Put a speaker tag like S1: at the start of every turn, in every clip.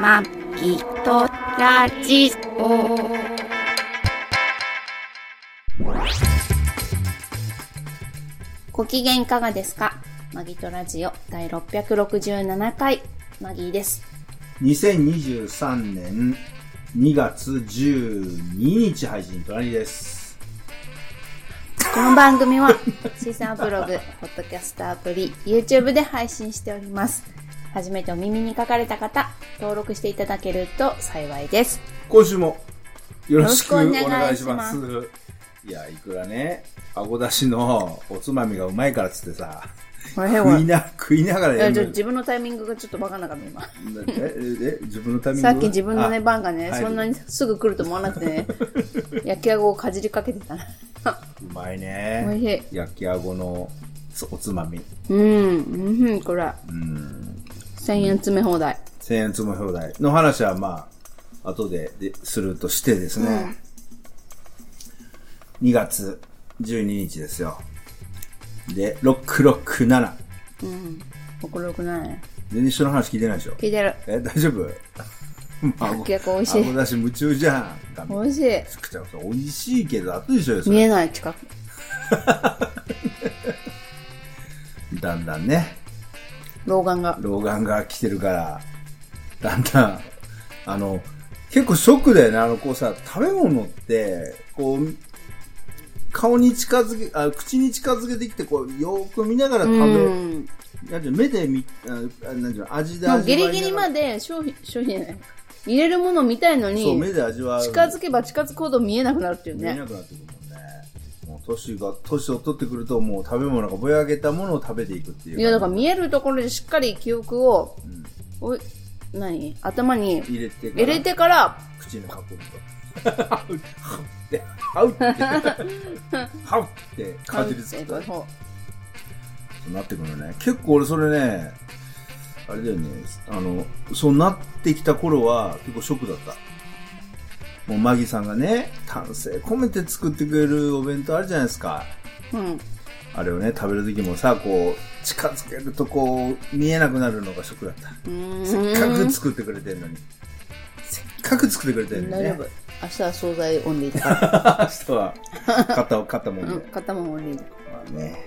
S1: まきとラジオ。ご機嫌いかがですかマギトラジオ第667回、マギーです。
S2: 2023年2月12日配信となりです。
S1: この番組 は、シーサーブログ、ポッドキャストアプリ、YouTube で配信しております。初めてお耳に書かかれた方、登録していただけると幸いです。
S2: 今週もよろしくお
S1: よろしくお
S2: 願
S1: 願い
S2: い
S1: し
S2: し
S1: ま
S2: ますす。いや、いくらね、あごだしのおつまみがうまいからっつってさ、
S1: これ
S2: 食いな、食いながらや
S1: ちょっと
S2: る。
S1: 自分のタイミングがちょっとバカなかった今。
S2: え、え、え自分のために
S1: さっき自分のね、番がね、
S2: はい
S1: そんなにすぐ来ると思わなくて ね、焼きあごをかじりかけてたな。
S2: うまいね。
S1: おいし
S2: い。焼きあごのそおつまみ。
S1: うん、うん、これ。
S2: うん。
S1: 1000円詰め放題。
S2: 千円つも表題の話はまあ、後ででするとしてですね、2月12日ですよ。で、667。
S1: うん。これよくない。
S2: 全然人の話聞いてないでしょ。
S1: 聞いてる。
S2: え、大 丈夫あ
S1: き焼き美味しい
S2: あごだし夢中じゃん。ダメ
S1: 美味しい。
S2: 作っちゃうと美味しいけど、熱いでしょ、そ
S1: 見
S2: れ
S1: えない近く。
S2: だんだんね、
S1: 老眼が。
S2: 老眼が来てるから、だんだん、あの、結構ショックだよね。あの、こうさ、食べ物って、こう、顔に近づけ、あ口に近づけてきて、こう、よーく見ながら
S1: う
S2: 食べ、
S1: ん。
S2: なんていうの目で見、あなんていうの味で
S1: もう
S2: 味
S1: ギ
S2: わ
S1: リ
S2: いながら
S1: ギリまで商品、商品じゃない。入れるもの見たいの
S2: そう、目
S1: に、
S2: で味わう。
S1: 近づけば近づくほど見えなくなるっていう
S2: 見え
S1: ね。
S2: なくなってくるもんね。もう、年が、年を取ってくると、もう食べ物がぼやけたものを食べていくっていう。
S1: いや、だから見えるところでしっかり記憶を、
S2: うん
S1: おい、何頭に
S2: 入れてから
S1: 入れてから、
S2: 口の囲みと。ハウって、ハウって、ハウって、かじりつくと
S1: そう
S2: なってくるね。結構俺それね、あれだよね、あの、そうなってきた頃は結構ショックだった。もうマギさんがね、丹精込めて作ってくれるお弁当あるじゃないですか。
S1: うん。
S2: あれをね、食べる時もさ、こう、近づけるとこう、見えなくなるのがショックだった。せっかく作ってくれてるのに。せっかく作ってくれてるのに
S1: 大
S2: ね
S1: 丈夫。。明日は惣菜オンリーだ から。
S2: 明日は、肩を肩もんで
S1: うん、買ったもんオンリーだ。
S2: まあね。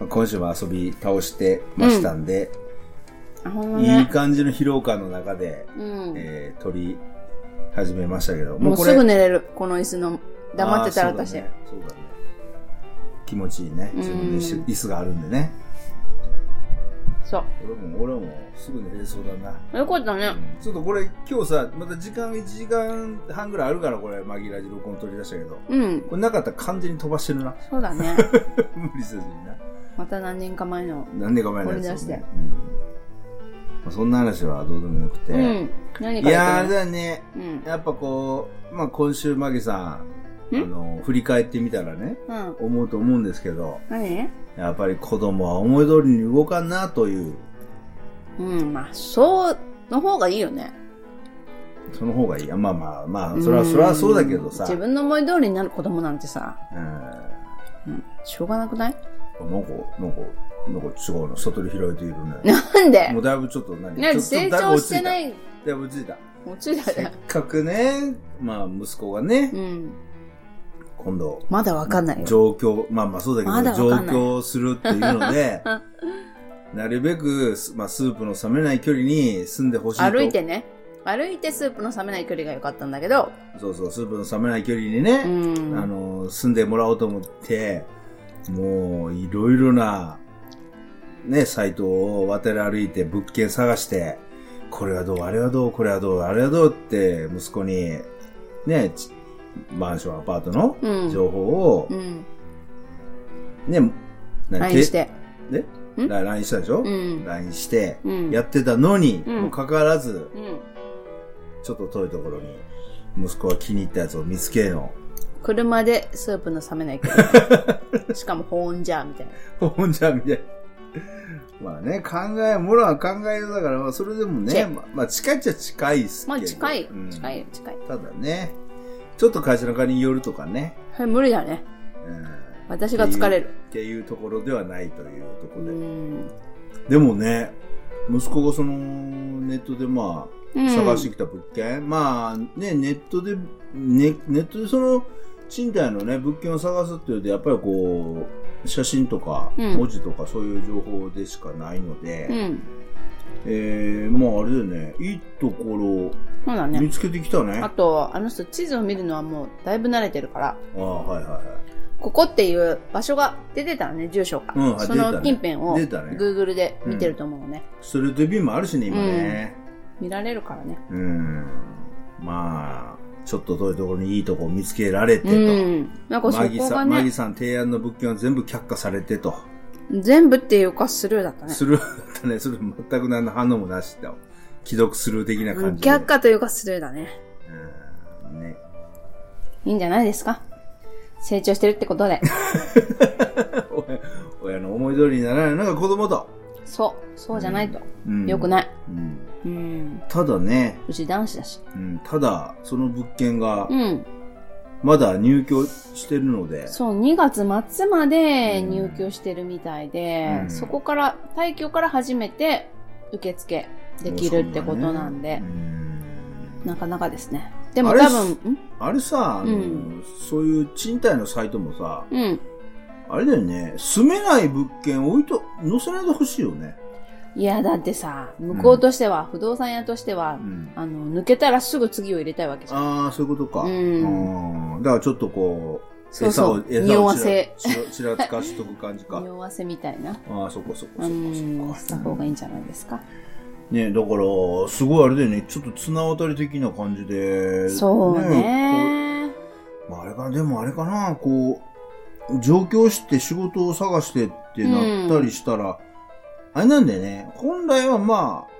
S2: まあ今週も遊び倒してましたんで、
S1: あ、ほんま
S2: いい
S1: ね。
S2: 感じの疲労感の中で、
S1: うん。
S2: えー、撮り始めましたけど、
S1: もうすぐ寝れる、この椅子の。黙ってたら
S2: あー
S1: 私。
S2: そうだねそうだね気持ちいいね。自分の椅
S1: うん
S2: 子椅子があるんでね。
S1: そ
S2: 俺も、俺もすぐ寝れそうだな。
S1: う。よかったね。
S2: ちょっとこれ今日さ、また時間1時間半ぐらいあるから、これ、紛らじ録音取り出したけど。
S1: うん。
S2: これなかったら完全に飛ばしてるな。
S1: そうだね。
S2: 無理せずにな。
S1: また何年か前の。
S2: 何年か前のや
S1: 掘
S2: つ
S1: り出して
S2: うんまあ、そんな話はどうでもよくて、
S1: うん。何
S2: い
S1: か
S2: や
S1: やっ
S2: ー
S1: て
S2: だね
S1: うん。
S2: やっぱこう、まあ、今週マギさん
S1: ん
S2: あの振り返ってみたらね
S1: うん。
S2: 思うと思うんですけど
S1: 何
S2: やっぱり子供は思い通りに動かんなという
S1: うん、まあ、そう、の方がいいよね。
S2: その方がいいやまあまあまあそれはそれはそうだけどさ
S1: 自分の思い通りになる子供なんてさ、
S2: うん
S1: うん、しょうがなく ない
S2: なんかなんかなんか違うの外で広いているね
S1: なんで
S2: もうだいぶちょっと何
S1: ね成長してないい。
S2: だいぶ落ち着いた
S1: もちろんだ
S2: せっ
S1: よ。
S2: かくねまあ息子がね
S1: うん。
S2: 今度
S1: まだわかんないよ。
S2: 状況、まあまあそうだけど、
S1: まだわ
S2: 状
S1: かんない
S2: 況するっていうの で、なるべく、すまあ、スープの冷めない距離に住んでほしいと。
S1: 歩いてね。歩いてスープの冷めない距離が良かったんだけど、
S2: そうそう、スープの冷めない距離に
S1: う
S2: ね、あ
S1: ん。
S2: の、住んでもらおうと思って、もう、いろいろな、ね、サイトを渡り歩いて物件探して、これはどう、あれはどう、これはどう、あれはどうって、息子に、ね、ちマンション、アパートの
S1: うん
S2: 情報を
S1: う、ん。
S2: ね、何
S1: LINE して。
S2: ね
S1: ん
S2: ?LINE したでしょ、
S1: うん
S2: ?LINE して、
S1: うん。
S2: やってたのに、
S1: うん
S2: もかかわらず、
S1: うん。
S2: ちょっと遠いところに、息子は気に入ったやつを見つけの。
S1: 車でスープの冷めない距離。 しかも保温じゃ、みたいな。
S2: ほんじゃ、みたいな。まあね、考え、もらは考えようだから、まあそれでも
S1: チ
S2: ね、
S1: ェ
S2: まあ、まあ近いっちゃ近いっすけど。
S1: まあ近い
S2: うん。
S1: 近い、近い。
S2: ただね、ちょっと会社の代わりに寄るとかね。
S1: はい、無理だね。
S2: うん。
S1: 私が疲れる。
S2: っていうっていうところではないというと
S1: う
S2: ころで。
S1: ん。
S2: でもね、息子がそのね、ネットでま
S1: うん
S2: あ、探してきた物件、まあね、ネットで、ね、ネットでその、賃貸のね、物件を探すっていうので、やっぱりこう、写真とか、
S1: うん
S2: 文字とかそういう情報でしかないので、
S1: うん。
S2: えー、まああれだよね、いいとこ
S1: そうだ
S2: ろ、
S1: ね
S2: 見。つけてきたね。
S1: あ
S2: あ
S1: と、あの人地図を見るのはもうだいぶ慣れてるから、
S2: あ、はいは
S1: ここっていう場所が出てたのね、住所が。
S2: うんあ
S1: そ
S2: 出た
S1: の
S2: ね
S1: 近辺
S2: い
S1: を
S2: はい。出たね。
S1: Google で見てると思うのね。
S2: ストリートビューもあるしね、今ね。
S1: 見られるからね。
S2: うん。まあ、ちょっと遠いところにいいとこ見つけられてと。
S1: うん。なんかそ
S2: マギ
S1: こ
S2: さ
S1: が
S2: ん、マ
S1: ね
S2: ギ、さん提案の物件は全部却下されてと。
S1: 全部っていうかスルーだ ったね。
S2: スルーだったね。それ全く何の反応もなしだ。既読スルー的な
S1: うん
S2: 感じで。
S1: 却下というかスルーだね。
S2: うんね。
S1: いいんじゃないですか成長してるって ことで。
S2: 親親の思い通りにならないのが子供と。
S1: そう。そうじゃないと。
S2: うん。
S1: 良くないい。
S2: うん
S1: うん。
S2: ただね、
S1: うち男子だし。
S2: うん、ただ、その物件が
S1: う、ん。
S2: まだ入居してるので、
S1: そう、2月末まで入居してるみたいで、
S2: うん
S1: そこから、退去から初めて受付できるってことなんで、
S2: うん
S1: なかなかですね。でも
S2: あれっ
S1: 多
S2: す
S1: 分、ん
S2: あれさ、あの
S1: うん
S2: そういう賃貸のサイトもさ、
S1: うん。
S2: あれだよね、住めない物件置いと、載せないでほしいよね。
S1: いや、だってさ、向こうとしては、不動産屋としては、
S2: うん
S1: あの、抜けたらすぐ次を入れたいわけじゃん。
S2: ああ、そういうことか。
S1: うん
S2: うんだからちょっとこう、
S1: そうそう
S2: 餌を、
S1: 匂わせ
S2: 餌をちらちらちらつかしとく感じ か。
S1: 匂わせみたいな。
S2: ああ、そこそこ
S1: う
S2: そ
S1: ん
S2: こ、
S1: し
S2: そ
S1: た方
S2: こ。
S1: がいいんじゃないですか。
S2: ねだから、すごいあれだよね、ちょっと綱渡り的な感じで。
S1: そう
S2: こ
S1: ね。
S2: うまあ、あれか、でもあれかな、こう、上京して仕事を探してってなったりしたら、あれなんだよね、本来はまあ、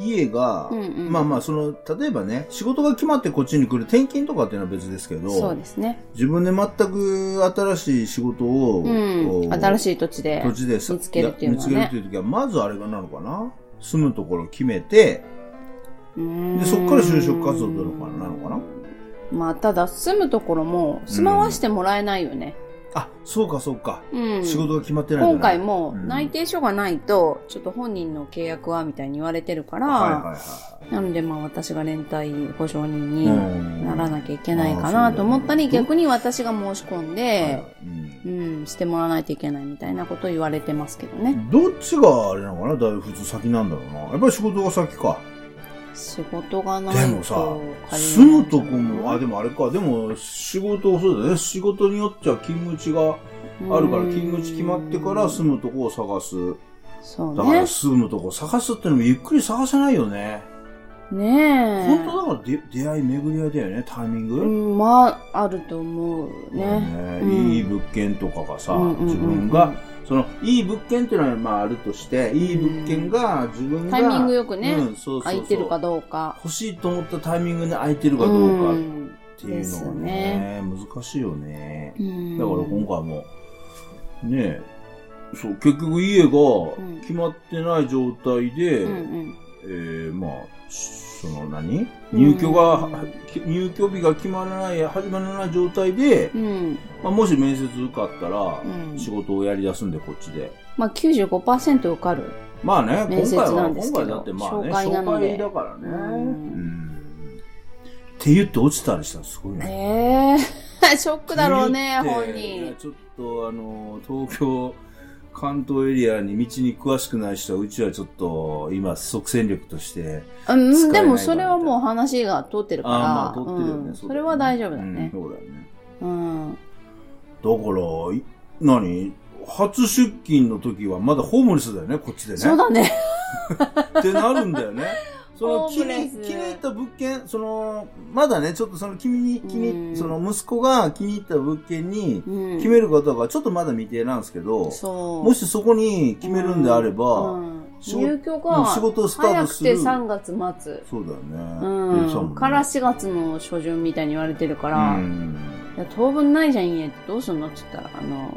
S2: 家が、
S1: うんうん
S2: まあまあ、その、例えばね、仕事が決まってこっちに来る転勤とかっていうのは別ですけど、
S1: そうですね。
S2: 自分で全く新しい仕事を、
S1: うん。新
S2: い
S1: しい土地で。
S2: 土地でさ
S1: 見つけるっていうのはね
S2: や見つけるっていう時は、まずあれがなのかな住むところを決めて、
S1: で
S2: でそっから就職活動というのかななのかな
S1: まあ、ただ住むところも住まわしてもらえないよね。
S2: あ、そうかそうか。
S1: うん。
S2: 仕事が決まってないん
S1: 今
S2: だな
S1: 回も内定書がないと、ちょっと本人の契約はみたいに言われてるから、
S2: はいはいは
S1: なのでまあ私が連帯保証人
S2: い。
S1: にならなきゃいけないかなと思ったり、逆に私が申し込ん
S2: に
S1: で、うん、してもらわないといけないみたいなこと言われてますけどね。
S2: どっちがあれなのかなだいぶ普通先なんだろうな。やっぱり仕事が先か。
S1: 仕事がないと。
S2: でもさ、
S1: 借りれない
S2: 住
S1: ん
S2: む
S1: じゃ
S2: と
S1: な
S2: こ
S1: い
S2: も、あ、でもあれか。でも仕事、そうだね。仕事によっちゃ勤務地が、あるから勤務地決まってから
S1: うん
S2: 住むとこを探す
S1: そう
S2: だから
S1: ね。
S2: 住むとこ探すってのもゆっくり探せないよね、
S1: ねえ。
S2: 本当だからで出会い巡り合いだよねタイミング、
S1: うん、まあ、あると思うね。
S2: ね
S1: うん
S2: いい物件とかがさ、
S1: うんうんうんうん
S2: 自分がそのいい物件っていうのはまああるとしていい物件が自分
S1: タ
S2: が
S1: イミングよくね
S2: うん、そうそうそう
S1: 空いてるかどうか。
S2: 欲しいと思ったタイミングで空いてるかどうか
S1: ん
S2: っていうのがね難しいよね
S1: うん
S2: だから今回も、ねえ、そう、結局家が決まってない状態で、
S1: うんうん
S2: えーまあ、その何
S1: うん
S2: 入居が、き入居日が決まらない、始まらない状態で、
S1: うん
S2: まあ、もし面接受かったら
S1: う、ん
S2: 仕事をやり出すんで、こっちで。
S1: まあ95%受かる。
S2: まあね、
S1: 面
S2: 今
S1: 接
S2: 回
S1: な
S2: は、
S1: んです
S2: 今
S1: けど
S2: 回だってまあね、
S1: 紹介なの
S2: 紹
S1: で
S2: 介だからね。
S1: うん
S2: うんって言って落ちたりしたらすごいね。
S1: ええ ショックだろうね、
S2: って
S1: 本
S2: いや
S1: 人。
S2: ちょっとあの東京関東エリアに道に詳しくない人はうちはちょっと今即戦力として
S1: うん、
S2: 使
S1: で
S2: えないから
S1: もそれはもう話が通ってるから。
S2: ああまあ取ってるよね、
S1: うん
S2: う
S1: そ
S2: だよね
S1: れは大丈夫だね
S2: う。んそうだよね
S1: うん。
S2: だからい何初出勤の時はまだホームレスだよねこっちでね
S1: そうだね。
S2: ってなるんだ よねその
S1: ホー
S2: 気
S1: ムレス
S2: に気に入った物件そのまだねちょっとその君に気に
S1: うん
S2: その息子が気に入った物件に
S1: うん
S2: 決めることがちょっとまだ未定なんですけど、
S1: そう。
S2: もしそこに決めるんであれば、
S1: うん
S2: 仕事
S1: 入居
S2: もう
S1: が
S2: 仕事をスター
S1: 早
S2: ト
S1: く
S2: す
S1: て
S2: る。
S1: 3月末。
S2: そうだよね。ゆうさ
S1: うん
S2: も
S1: ん。
S2: ね
S1: から4月の初旬みたいに言われてるか
S2: う
S1: ら、
S2: ん
S1: いや当分ないじゃん家ってどうすんのって言ったら、あの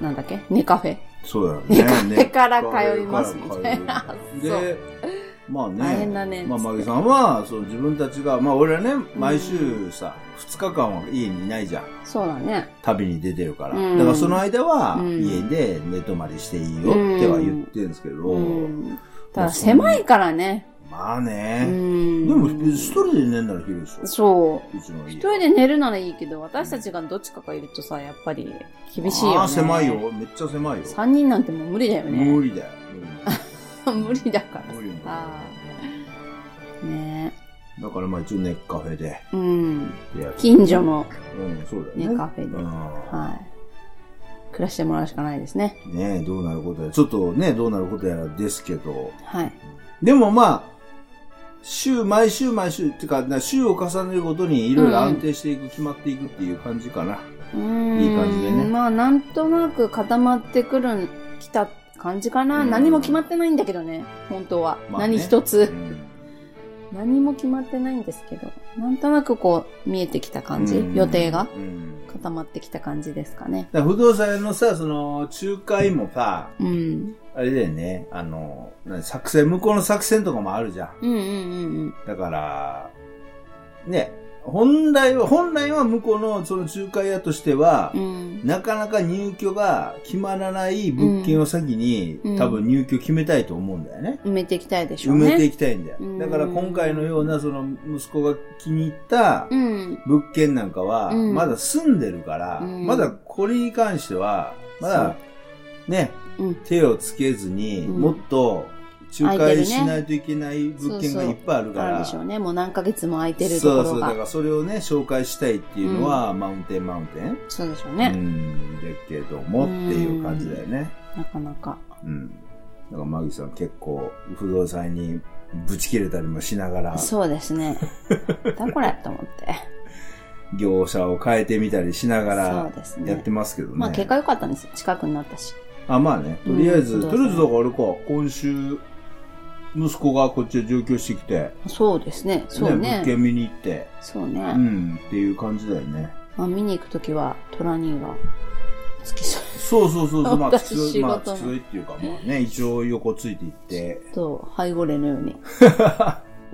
S1: ーなんだっけネカフェ。
S2: そうだよ
S1: 寝
S2: ね。
S1: か
S2: ね
S1: けから通いますみたいな
S2: から
S1: そ
S2: 通
S1: う
S2: いますで、まあね。
S1: 大変だね
S2: まあ、
S1: つって
S2: マギさんは、その自分たちが、まあ、俺はね、毎週さ、2日間は家にいないじゃん。
S1: そうだね。
S2: 旅に出てるから。
S1: うん
S2: だからその間は、
S1: うん
S2: 家で寝泊まりしていいよっては言ってるんですけど、
S1: うん。ただ狭いからね。
S2: まあ
S1: う
S2: ね。
S1: ん。
S2: でも、一人で寝んなら昼でしょ。
S1: そう。
S2: うちの家。
S1: 一人で寝るならいいけど、私たちがどっちかがいるとさ、やっぱり厳しいよね。
S2: ああ、狭い。よ。めっちゃ狭いよ。
S1: 三人なんてもう無理だよね。
S2: 無理だよ。
S1: 無理だから
S2: 無 理無理
S1: さ。ね
S2: だからまあ一応ね、カフェで。
S1: え。うん。
S2: で
S1: 近所の、
S2: うん、そうだよね。
S1: ねカフェで
S2: う
S1: はい。暮らしてもらうしかないですね。
S2: ん。ねどうなることやら。ちょっとね、どうなることやらですけど。
S1: はい。
S2: でもまあ、週、毎週毎週、ってか、な週を重ねるごとにいろいろ安定していく、決まっていくっていう感じかな。
S1: うーん。
S2: いい感じでね
S1: まあ、なんとなく固まってくるん、来た感じかな。
S2: うん
S1: 何も決まってないんだけどね、本当は。
S2: まあね
S1: 何一つ、
S2: うん
S1: 何も決まってないんですけど、なんとなくこう、見えてきた感じ、
S2: うん
S1: 予定が
S2: うんだか
S1: 固まってきた感じですかね。
S2: ら不動産屋のさ、その、仲介もさ、
S1: うん。
S2: あれだよね、あの、何作戦、向こうの作戦とかもあるじゃん。
S1: うんうんうん
S2: だから、ね、本来は、本来は向こうのその仲介屋としては
S1: うん。う、ん。
S2: なかなか入居が決まらない物件を先に、
S1: うん
S2: 多分入居決めたいと思うんだよね。
S1: 埋めていきたいでしょ
S2: 埋
S1: うね。
S2: めていきたいんだよ。
S1: うん
S2: だから今回のようなその息子が気に入った
S1: うん。
S2: 物件なんかは、
S1: うん
S2: まだ住んでるから、
S1: うん
S2: まだこれに関しては、まだね、
S1: うん
S2: 手をつけずに、
S1: うん
S2: もっと仲
S1: 空いてる
S2: 介
S1: ね
S2: しないといけない物件がいっぱいあるか
S1: ある
S2: ら、
S1: でしょうね。もう何ヶ月も空いてるとこ
S2: そう
S1: ろ
S2: そう、
S1: が。
S2: だ
S1: そ
S2: か
S1: う
S2: らそれをね、紹介したいっていうのは、マウンテンマウンテン。
S1: でしょう
S2: う
S1: ね、
S2: ん、だけどもっていう感じだよね。
S1: なかなか。
S2: うん。だから、マギさん結構、不動産屋にぶち切れたりもしながら、
S1: そうです ね。なんだこれと思って。
S2: 業者を変えてみたりしなが
S1: そう
S2: ら、
S1: ですね。
S2: やってますけどね。
S1: まあ結果良かったんですよ。近くになったし。
S2: あ、まあね。とりあえず、
S1: うん
S2: とりあえずだからあれか、今週、息子がこっちへ上京してきて、
S1: そうですね。そうね。
S2: 物件見に行って、
S1: そう
S2: う
S1: ね。
S2: ん、っていう感じだよね。
S1: まあ見に行くときは、トラ兄が、付き添
S2: そうそうそうそう、まあ、き
S1: 私
S2: つ
S1: 仕
S2: い、
S1: 事
S2: まあ、
S1: の
S2: きついっていうか、まあね、一応横ついていって。
S1: いと、背後霊のように。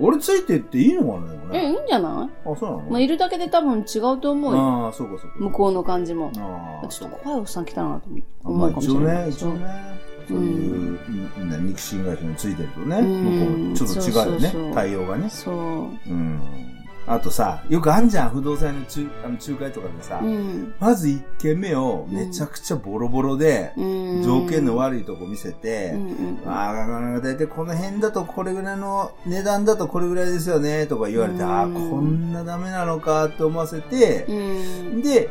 S2: 俺ついてっていいのかな、でも
S1: え、い
S2: ね。
S1: いんじゃない
S2: あ、そうなの
S1: まあいるだけで多分違うと思うよ。
S2: ああ、そうかそうか。
S1: 向こうの感じも。
S2: ああ、
S1: ちょっと怖いおっさん来たなと思う
S2: ま
S1: 思
S2: あ、
S1: うかもし
S2: 一
S1: れ
S2: 応
S1: な
S2: ね、
S1: い。
S2: 一応ね、そういう、うん、肉親会社についてるとね、
S1: うん
S2: 向こう、ちょっと違うよね、
S1: そうそうそう
S2: 対応がね。
S1: そう。
S2: うん。あとさ、よくあんじゃん、不動産の中あの仲介とかでさ、
S1: うん。
S2: まず一軒目をめちゃくちゃボロボロで、
S1: うん。
S2: 条件の
S1: 悪
S2: 悪いとこ見せて、
S1: うんうん
S2: ああ、だいたいこの辺だとこれぐらいの値段だとこれぐらいですよね、とか言われて、
S1: うん
S2: ああ、こんなダメなのかと思わせて
S1: う、ん。
S2: で、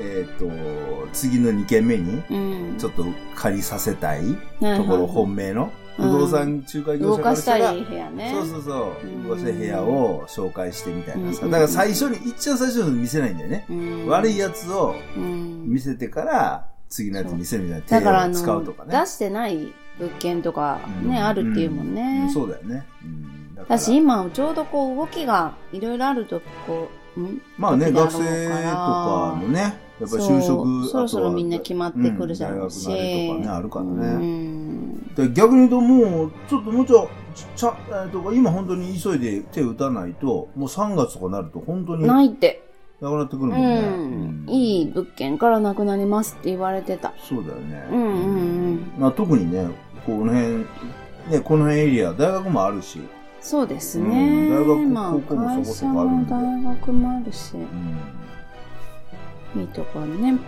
S2: えっ、と、次の2軒目に、
S1: うん。
S2: ちょ
S1: っ
S2: っと借りさせたい
S1: と
S2: ところ、本命の、
S1: うん
S2: 不動産仲介業
S1: 動
S2: 者から
S1: か
S2: し
S1: したた
S2: ら、
S1: い部屋ね。
S2: そうそうそう
S1: うん
S2: 動かしたい部屋を紹介してみたいなさ、
S1: うん
S2: だから最初に、一応最初に見せないんだよね。
S1: うん
S2: 悪いやつを
S1: うん
S2: 見せてから、次のやつ見せるみたいな手
S1: だからあ
S2: を
S1: の、
S2: 使うとかね。
S1: 出してない物件とかね、
S2: うん
S1: あるっていうもん
S2: うん
S1: ね。
S2: そうだよね。うん、だから
S1: だし今ちょうどこう動きがいろいろあるとこうん
S2: まあね、
S1: 時だろ
S2: 学
S1: うから
S2: 生とかのね、やっぱ
S1: そう
S2: 就職、
S1: そろそ
S2: あと
S1: ろ
S2: は
S1: みんな決まってくるじゃ
S2: うん
S1: ん
S2: 大学のあれとかね、あるから
S1: う
S2: ね。
S1: ん
S2: で逆に言うともう、ちょっともうちょ、ちちゃ、えーとか、今本当に急いで手打たないと、もう3月とかなると本当にな
S1: ないって、
S2: くなってくる
S1: う
S2: もんね。
S1: ん
S2: うん
S1: いい物件からなくなりますって言われてた
S2: そうだよね。
S1: うんうんうん
S2: まあ特にね、この辺、ね、この辺エリア、大学もあるし、
S1: そうですね、
S2: うん
S1: ま
S2: 大
S1: あ
S2: 学高校も
S1: 会
S2: そこそ
S1: 社
S2: こあるん
S1: も
S2: で
S1: 大学もあるし
S2: うん、
S1: いいところにね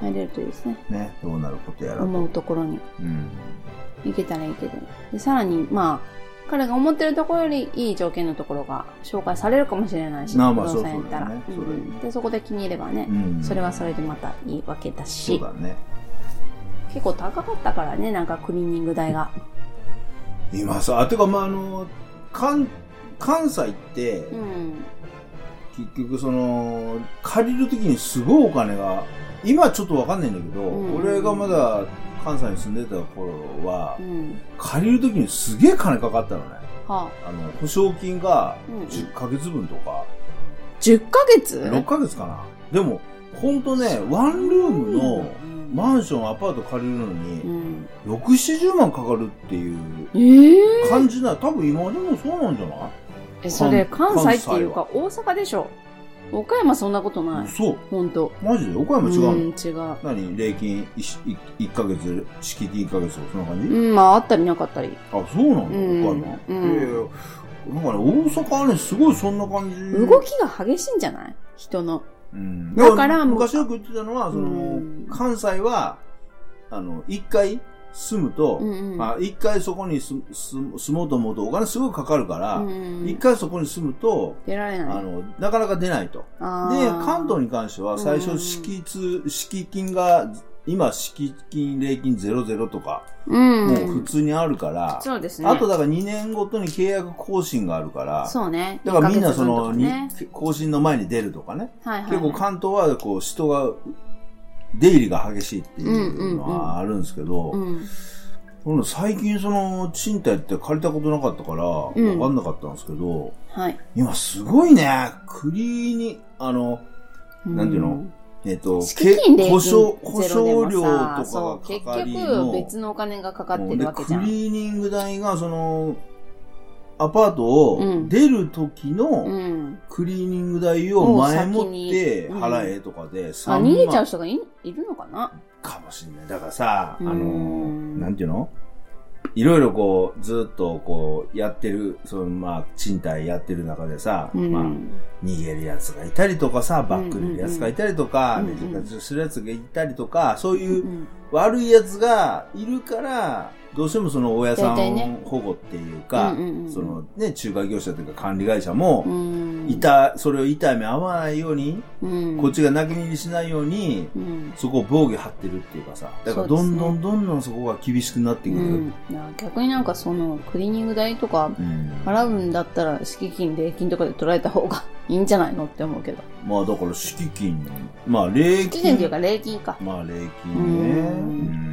S1: 入れるといいですね
S2: ね、どうなることやらと。
S1: 思うところに
S2: うん。
S1: 行けたらいいけどでさらにまあ彼が思ってるところよりいい条件のところが紹介されるかもしれないし、
S2: まあまあ
S1: 不動産やったら
S2: そうそうだ
S1: うん
S2: よねそうだよね
S1: でそこで気に入ればね、
S2: うん
S1: それはそれでまたいいわけだ
S2: そう
S1: し
S2: だね。
S1: 結構高かったからねなんかクリーニング代が
S2: 今さ、あ、てかまああの、関、関西って、
S1: うん
S2: 結局その借りる時にすごいお金が今ちょっとわかんないんだけど、
S1: うん
S2: 俺がまだ関西に住んでた頃は、
S1: うん
S2: 借りる時にすげえ金かかったのね
S1: はあ
S2: あの保証金が
S1: うんうん
S2: 10ヶ月分とか、
S1: 10ヶ月
S2: 6ヶ月かなでもほんとねワンルームの
S1: うん
S2: マンションアパート借りるの
S1: う
S2: に
S1: ん、
S2: 670万かかるっていう
S1: えー
S2: 感じない多分今でもそうなんじゃない
S1: えそれ
S2: 関
S1: 関西っていうか大阪でしょ岡山そんなことない
S2: そう
S1: ほんと
S2: マジで岡山違うの、
S1: うん違う
S2: 何礼金 1, 一ヶ月、敷金1ヶ月とかそんな感じ、
S1: うんまああったりなかったり
S2: あ、そうなの、
S1: うん
S2: わかんない。
S1: うん
S2: いやいやなんかね、大阪はね、すごいそんな感じ。
S1: 動きが激しいんじゃない人の。
S2: うん、
S1: だからむ
S2: 昔よく言ってたのは、その
S1: うん、
S2: 関西は、あの、一回住むと、
S1: うんうん
S2: まあ、一回そこに住住住もうと思うとお金すごいかかるから、
S1: うん
S2: 一、回そこに住むと、
S1: 出られない。
S2: あの、なかなか出ないと。
S1: あ
S2: で、
S1: ー
S2: 関東に関しては最
S1: うん
S2: 初敷通、敷金が、今敷金、礼金00とか、
S1: うん。
S2: もう普通にあるから、
S1: そうですね。
S2: あとだから2年ごとに契約更新があるから、
S1: そうね。
S2: だからみんなそ
S1: 1
S2: の、
S1: ヶ月分と
S2: に更新の前に出るとかね。
S1: かねはいはい
S2: 結構関東はこう人が出入りが激しいっていうのはあるんですけど、
S1: うん。
S2: 俺最近その賃貸って借りたことなかったから
S1: うん
S2: 分かんなかったんですけど、
S1: はい。
S2: 今すごいね国にあのなんていうのえっ、と
S1: 資金で
S2: け保証保
S1: ゼロ
S2: 証
S1: で
S2: 料と
S1: もさ
S2: かが
S1: そう
S2: か
S1: 結
S2: かり
S1: 局
S2: の
S1: 別のお金がかかって
S2: で
S1: るわけじゃ
S2: ク
S1: ん。
S2: リーニング代がそのアパートを出る時
S1: う
S2: の
S1: ん。
S2: クリーニング代を前もって払えとか
S1: あ、
S2: で3
S1: 逃げちゃ
S2: 万
S1: う人がいいるのかな
S2: かもしれない。だからさ、
S1: う
S2: あ
S1: ん
S2: のー、なんていうのいろいろこう、ずっとこう、やってる、そのまあ、賃貸やってる中でさ、
S1: うん。
S2: まあ、逃げるやつがいたりとかさ、バック
S1: うんうんう
S2: る
S1: ん
S2: やつがいたりとか、
S1: うんう
S2: ね
S1: ん
S2: じかじするやつがいたりとか、そう
S1: う
S2: いうん悪いやつがいるから、どうしてもその親さ
S1: 大体ね
S2: ん保護っていうか
S1: うんうんう、ん
S2: そのね、仲介業者というか管理会社も
S1: う、ん。
S2: いた、それを痛い目合わないように、
S1: うん、
S2: こっちが泣き寝入りしないように、
S1: うん。
S2: そこを防御張ってるっていうかさ、だか
S1: そ
S2: ら
S1: うで
S2: ど
S1: す
S2: ん
S1: ね
S2: どんどんどんそこが厳しくなって
S1: う
S2: くる。うん
S1: ん、いや逆になんかそのクリーニング代とか払うんだったら敷金礼金とかで取られた方がいいんじゃないのって思うけど
S2: まあだから敷金の、まあ礼
S1: 敷金ってい
S2: 金
S1: う。か礼金か
S2: まあ礼
S1: うん
S2: 金ね。うん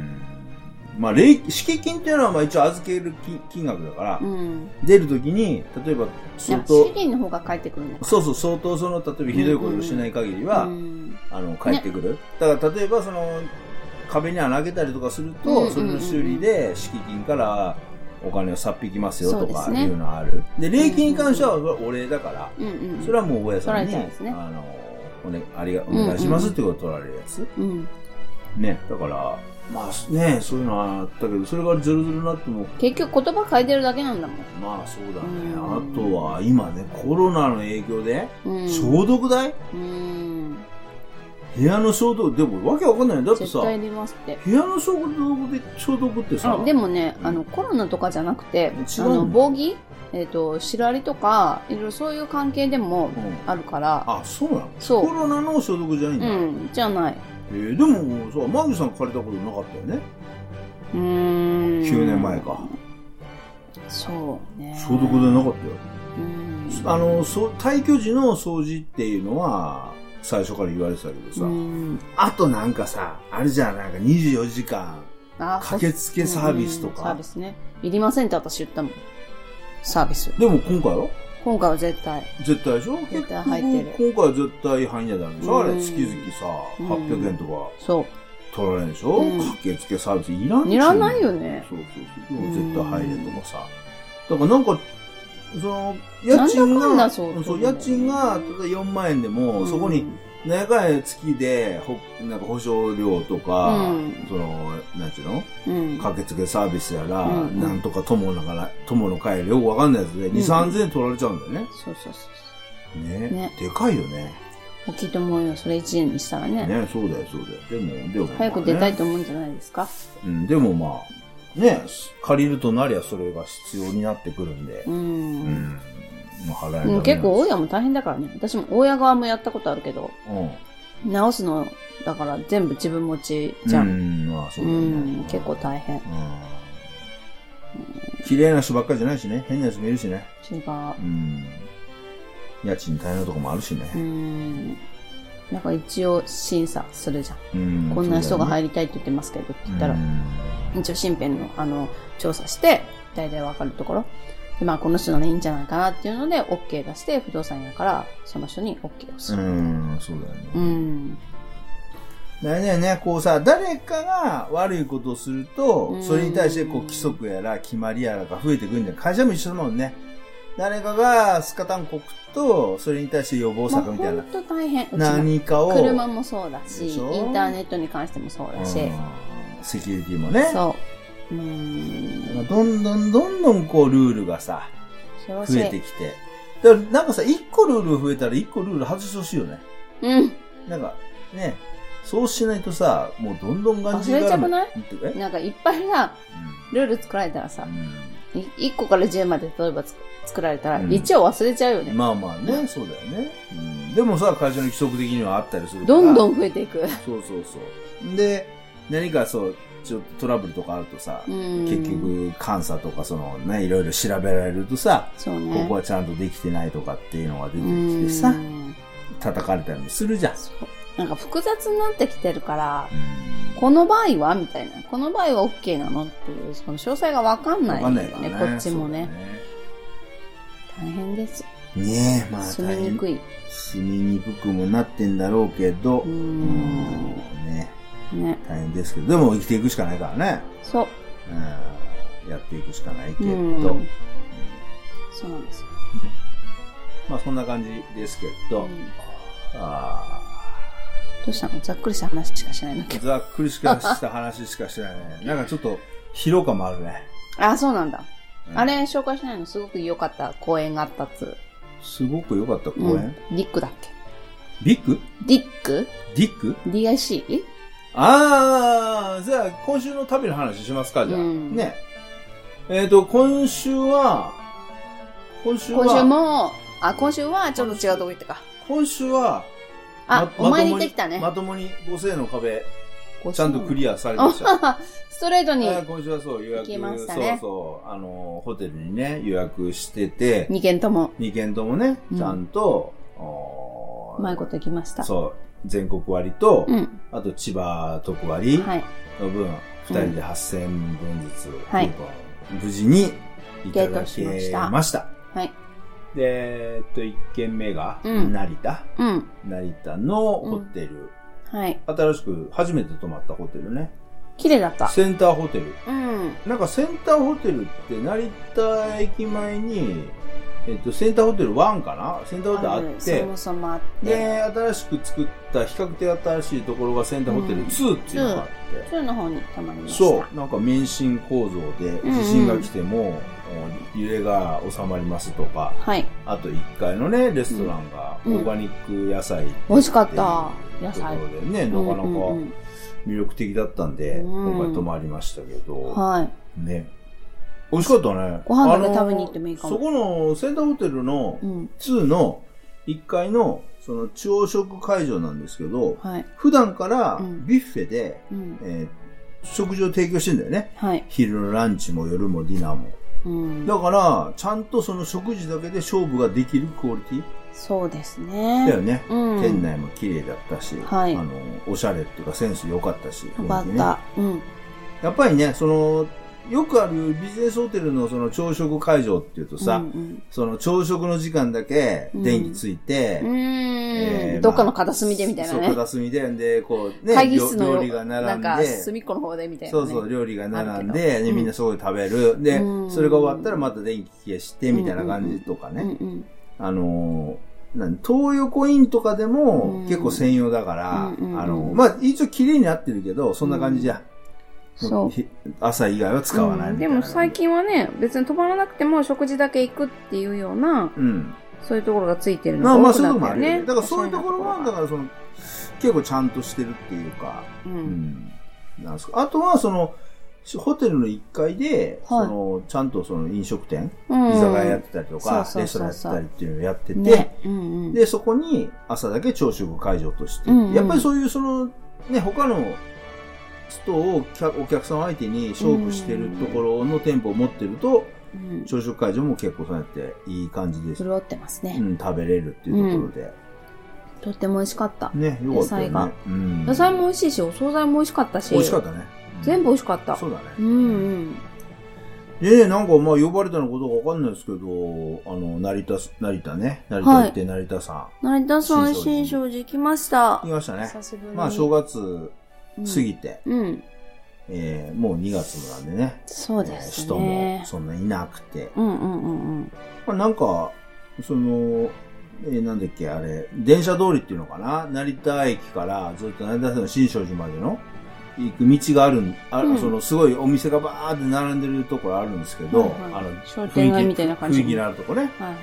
S2: まあ礼金、敷金っていうのはまあ一応預ける金金額だから
S1: う、ん
S2: 出るときに、例えば
S1: い
S2: 相
S1: や敷
S2: 当、
S1: 金の方が返ってくるね
S2: そうそう相当その、例えばひどいことをしない限りは
S1: う、ん
S2: あの、返ってくる。だから例えばその、壁に穴開けたりとかすると、
S1: うんうんうん
S2: それの修理で敷金からお金をさっ引きますよと
S1: そ
S2: か
S1: うです
S2: い
S1: ね
S2: うのはある。で、礼金に関してはお礼だから、
S1: うんうん
S2: それはもう大家さん
S1: 取
S2: に、
S1: られちゃうんですね
S2: あの、お,、ね、ありがお願いしますっていうことを取られるやつ。
S1: うん
S2: ね、だから、まあね、そういうのはあったけど、それがズルズルになっても、
S1: 結局言葉変えてるだけなんだもん
S2: まあそうだね。
S1: うん
S2: あとは今ね、コロナの影響で、
S1: うん
S2: 消毒代、
S1: うん
S2: 部屋の消毒、でもわけわかんないよだって
S1: 絶
S2: さ、
S1: 対出ますって
S2: 部屋の消毒で消毒ってさ
S1: あ、でもね、
S2: うん
S1: あのコロナとかじゃなくて
S2: 違
S1: あ
S2: うの
S1: の防疫えっ、とシラリとかいろいろそういう関係でも
S2: うん
S1: あるから
S2: あ、そうなの
S1: そう
S2: コロナの消毒じゃないん
S1: う
S2: だ。
S1: んじゃない
S2: えーでもさ、マグさん借りたことなかったよね。
S1: うーん
S2: 9年前か。
S1: そうね
S2: 消毒でなかったよ。
S1: うん
S2: あの、そう、退去時の掃除っていうのは、最初から言われてたけどさ、
S1: うん
S2: あとなんかさ、あれじゃん、なんか24時間、
S1: あ
S2: 駆けつけサービスと
S1: うんサー
S2: か
S1: ビ。スねいりませんって私言ったもんサービス
S2: でも今回は
S1: 今回は絶対
S2: 絶対でしょ
S1: 絶対入ってる
S2: 結局今回は絶対違反やだんでしょ、
S1: うん
S2: あれ、月々さ、800円とか
S1: そ
S2: 取られるんでしょ、
S1: うん
S2: 駆けつけサービスいらん
S1: う
S2: でしょ
S1: いらないよね
S2: そうそうそう。でも絶対入れとかさ。だからなんか、その、家
S1: なん
S2: 賃
S1: だかんだ
S2: が、
S1: そう
S2: そう家賃が、例えば4万円でも、そこに、何回月でほなんか保証料とか、
S1: うん
S2: そのなんていうの
S1: うん
S2: 駆けつけサービスやら、
S1: うん
S2: なんとか友のから友の会よくわかんないやつで、
S1: ん
S2: 2、3千円取られちゃうんだよね。
S1: そうそうそうそ
S2: ね
S1: ね
S2: でかいよね。
S1: う大きいと思うよそれ1年にしたらね
S2: ね、そうだよ、そうだよ。でも、でも、
S1: 早く出たい
S2: ま
S1: と思うんじゃないですか
S2: あねうん、でもまあ、ね、借りるとなりゃそれが必要になってくるんで、
S1: う
S2: うん。
S1: ん、
S2: まあ払え
S1: うん、結構大
S2: い。
S1: 家も大変だからね私も大家側もやったことあるけど
S2: うん。
S1: 直すのだから全部自分持ちじ
S2: じゃ
S1: ゃ、
S2: あ、うんん、まあそう
S1: う
S2: だよね。
S1: ん、結構大変
S2: うん綺麗な人ばっかりじゃないしね。変なやつもいるしね。
S1: 違う
S2: うん。家賃大変なとこもあるし
S1: う
S2: ね。
S1: んなんか一応審査するじゃん、
S2: うん
S1: こんな人が入りたいって言ってますけどって言ったら、一応身辺のあの調査して大体わかるところでまあこの人ならいいんじゃないかなっていうので OK 出して不動産屋からその人に OK をす
S2: う
S1: る
S2: ん、うんそうだよね。
S1: うん、
S2: だよね、こうさ、誰かが悪いことをする
S1: う
S2: と、
S1: ん
S2: それに対してこう規則やら決まりやらが増えてくるんじゃん。会社も一緒だもんね。誰かがスカタンコ食うと、それに対して予防
S1: まあ
S2: 策みたい
S1: ほん
S2: な。
S1: と大変うちも
S2: 何かを。
S1: 車もそうだし
S2: で
S1: イ
S2: しょ
S1: ンターネットに関してもそうだし、
S2: うんセキュリティもね。
S1: そううーん
S2: どんどんどんどんこうルールがさ、
S1: よろし
S2: 増え
S1: い。
S2: てきて。だからなんかさ、一個ルール増えたら一個ルール外してほしいよね。
S1: うん。
S2: なんか、ね、そうしないとさ、もうどんどんがんじ
S1: 忘れちゃくない
S2: えうん
S1: なんかいっぱいさ、ルール作られたらさ、い1個から10まで例えばつ作られたら、
S2: うん
S1: 1を忘れちゃうよね。
S2: まあまあね、そうだよね。うんでもさ、会社の規則的にはあったりするから。
S1: どんど
S2: ん。
S1: ん増えていく。
S2: そうそうそう。で、何かそう、ちょっとトラブルとかあるとさ、
S1: うん。
S2: 結。局、監査とかそのね、いろいろ調べられるとさ、
S1: そうね。
S2: ここはちゃんとできてないとかっていうのが出て
S1: う
S2: き
S1: ん
S2: てさ、叩かれたりするじゃん。
S1: そうなんか複雑になってきてるから、
S2: うん
S1: この場合はみたいな。この場合は OK なのっていう、その詳細がわかんないよね、
S2: わ
S1: こっちもね。
S2: そうだ
S1: 大
S2: ね
S1: 変です。
S2: ねえ、まあ
S1: 住みにく
S2: い。
S1: い。
S2: 住みにくくもなってんだろうけど、
S1: うー。
S2: うんね、
S1: ね。
S2: 大変ですけど、でも生きていくしかないからね。
S1: そう。
S2: うん、やっていくしかないけど、
S1: うん
S2: うん
S1: そうなんですよ。
S2: まあそんな感じですけ
S1: う
S2: ど、
S1: ん
S2: あ
S1: どうしたのざっくりした話しかしないのけ
S2: ー
S1: ど。
S2: ざっくりしかした話しかしてない ね。なんかちょっと疲労感もあるね。
S1: あ、そうなんだ。
S2: うん
S1: あれ紹介しないのすごく良かった公演があったっつう。
S2: すごく良かった公
S1: う
S2: 演、
S1: ん。ディックだっけ
S2: ビッグ
S1: ディック
S2: ディック
S1: ?DIC?
S2: ああ、じゃあ今週の旅の話しますか、じゃあ。
S1: うん
S2: ね。えっ、と、今週は、今週は、
S1: 今週も、あ、今週はちょっと違うとこ行ったか。
S2: 今週は、
S1: あ、お前に行
S2: とも
S1: ってきたね。
S2: まともに5000の壁、ちゃんとクリアされました。
S1: ア。 ストレートに
S2: あー今週はそう予約、
S1: 行きましたね
S2: そうそう、あのー、ホテルにね、予約してて、
S1: 2件とも
S2: 2件ともね
S1: う、ん
S2: ちゃんと、お
S1: う
S2: ー
S1: まいこと行きました。
S2: そう、全国割と、
S1: うん。
S2: あと千葉特割、
S1: はい。
S2: の分、二人で8000円分ずつ、
S1: はい
S2: 無事にいただけました。
S1: はい。
S2: で、えっと、1軒目が、
S1: うん
S2: 成田、
S1: うん。
S2: 成田のホテル、
S1: はい。
S2: 新しく初めて泊まったホテルね。
S1: 綺麗だった。
S2: センターホテル。
S1: うん。
S2: なんかセンターホテルって成田駅前に、えっと、センターホテル1かなセンターホテルあ
S1: る
S2: っ
S1: そ
S2: て、
S1: もそもあって。
S2: で、新しく作った比較的新しいところがセンターホテル2っていうのがあって、
S1: 中の方に泊まりました。
S2: そう、なんか免震構造で
S1: んうん
S2: 地震が来ても、お揺れが収まりますとか、
S1: はい。
S2: あと1階のね、レストランがオ
S1: うん
S2: ーガニック野菜っていう
S1: 美味しかった。野
S2: とこ
S1: 菜。
S2: ろでね、なかなか
S1: うんうん
S2: 魅力的だったんで、
S1: うん
S2: 今回泊まりましたけ
S1: うん
S2: ど、
S1: はい。
S2: ね。美味しかったね。
S1: ご飯だけ
S2: あの
S1: 食べに行ってもいいかも
S2: そこのセンターホテルの
S1: うん。
S2: 2の1階のその朝食会場なんですけど、
S1: はい。
S2: 普段から
S1: うん
S2: ビュッフェで、
S1: うん。
S2: えー食事を提供してんだよね。
S1: はい。
S2: 昼のランチも夜もディナーも。
S1: うん。
S2: だから、ちゃんとその食事だけで勝負ができるクオリティ
S1: そうです
S2: だ
S1: ね。
S2: よね。
S1: うん。
S2: 店内も綺麗だったし、
S1: はい
S2: あの、おしゃれっていうかセンス良かったし。
S1: よかっ
S2: 雰囲気ね
S1: た。うん。
S2: やっぱりね、その、よくあるビジネスホテルのその朝食会場っていうとさ、
S1: うん
S2: その朝食の時間だけ電気ついて、
S1: うん。う
S2: え
S1: ー
S2: ー
S1: ん。どっかの片隅でみたいな
S2: そう、
S1: ね。
S2: 片隅で、で、こう、ね、
S1: 会議室の
S2: 料理が並
S1: なんん
S2: で、
S1: か隅っこの方でみたいな
S2: そ
S1: ね。
S2: うそう、料理が並ん
S1: ある
S2: で、
S1: けど
S2: でみんなそこで食べる。で
S1: う、ん
S2: それが終わったらまた電気消して、みたいな感じとか
S1: うん
S2: ね。
S1: うん。
S2: あのー、なん東横インとかでも
S1: うん
S2: 結構専用だから、あ
S1: うんうんうん
S2: のー、まあ、一応綺麗になってるけど、そんな感じじゃん。
S1: そう。
S2: ひ朝以外は使わないみた
S1: で
S2: いな。
S1: も最。近はね別に泊まらなくても食事だけ行くっていうような
S2: うん。
S1: そういうところがついてる
S2: まあ
S1: の
S2: ま
S1: が
S2: あ、
S1: 多く
S2: そうい
S1: なったよ
S2: うとこもあるよ
S1: ね
S2: ね。だからそういうところは、だ
S1: か
S2: からその、結構ちゃんとしてるっていうか、
S1: ら、う
S2: うんん、なんですかあとはそのしホテルの1階で、
S1: はい
S2: そのちゃんとその飲食店、
S1: うん
S2: 居酒屋やってたりと
S1: そうそうそ
S2: か、
S1: うそう
S2: レストランやってたりっていうのをやってて、
S1: ねうんうん、
S2: でそこに朝だけ朝食会場として、
S1: うんうん
S2: やっぱりそういうその、ね、他の人を客お客さん相手に勝負してるところの店舗を持ってると、
S1: うん、
S2: 朝食会場も結構そうやっていい感じです、
S1: 潤ってますね、
S2: うん、食べれるっていうところで、
S1: とっても美味しかった、
S2: ねよかった
S1: 野菜
S2: よ
S1: が
S2: ね、うん、
S1: 野菜も美味しいしお惣菜も美味しかったし
S2: 美味しかったね、うん
S1: 全部美味しかった
S2: そうだね、
S1: うんうん
S2: ええなんかまあ呼ばれたのことかわかんないですけど、あの、成田す、成田ね。成田行って成田さ
S1: 成田山
S2: 新
S1: 新
S2: 勝
S1: 勝寺行きました
S2: ん。行きましたね。
S1: 久しぶりに
S2: まあ正月過ぎて、
S1: うん、うん、
S2: えーもう2月もなんでね。
S1: そうです
S2: 人も
S1: ね
S2: そんないなくて。
S1: うんうんうんうん
S2: まあなんか、その、えーなんだっけ、あれ、電車通りっていうのかな成田駅からずっと成田線の新勝寺までの行く道があるんあ、
S1: うん
S2: そのすごいお店がバーって並んでるところあるんですけど、
S1: はいはい
S2: あの
S1: 商店街みたいな感じ
S2: 雰囲気のあるとこね
S1: は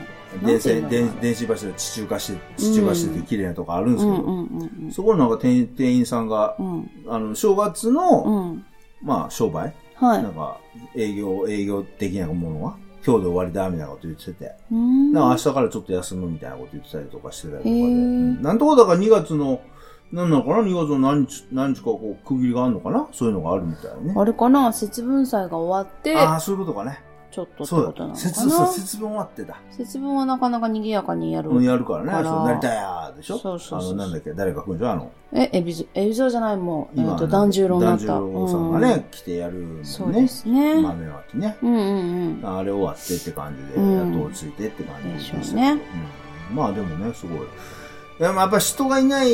S1: い。なん
S2: 電
S1: てい
S2: 線
S1: うの
S2: 電電子柱地中化して地中化してて綺麗なとこあるんです
S1: う
S2: け
S1: ん
S2: ど、
S1: うんうん
S2: そこのなんか店店員さんが
S1: う、ん。
S2: あの正月の、
S1: うん。うん。
S2: まあ商売、
S1: は。
S2: ないんか営業営業的なものは今日で終わりだみたいなこと言ってて、
S1: うーん。
S2: なんか明日からちょっと休むみたいなこと言ってたりとかしてたりとかで、
S1: へー
S2: うんなんとかだから2月のなんなのかな2月の何日何日かこう区切りがあるのかなそういうのがあるみたいね。
S1: あれかな節分祭が終わって、
S2: ああ、そういうことかね。
S1: ちょっとって
S2: そ
S1: こ
S2: う
S1: とな
S2: だ。
S1: の
S2: 節
S1: か
S2: そう
S1: な
S2: 節分終わってた。
S1: 節分はなかなか賑やかにやる。
S2: うんやるからね。
S1: あら
S2: そうなりたいやーでしょ
S1: そうそうそうそう
S2: あの、なんだっけ、誰か来るんでしょあの、
S1: え、エビゾ、エビゾじゃないもん。えっ
S2: あ
S1: と、
S2: の
S1: 團十郎になった。
S2: 團十郎さんが
S1: う
S2: ね
S1: ん、
S2: 来てやるもんね。
S1: そうですね。うん
S2: 豆まきね。
S1: うん
S2: あれ終わってって感じで、
S1: うん
S2: やっと落ち着いてって感じしたけど
S1: でしょうね
S2: うんまあでもね、すごい。いやまあやっぱ人がいない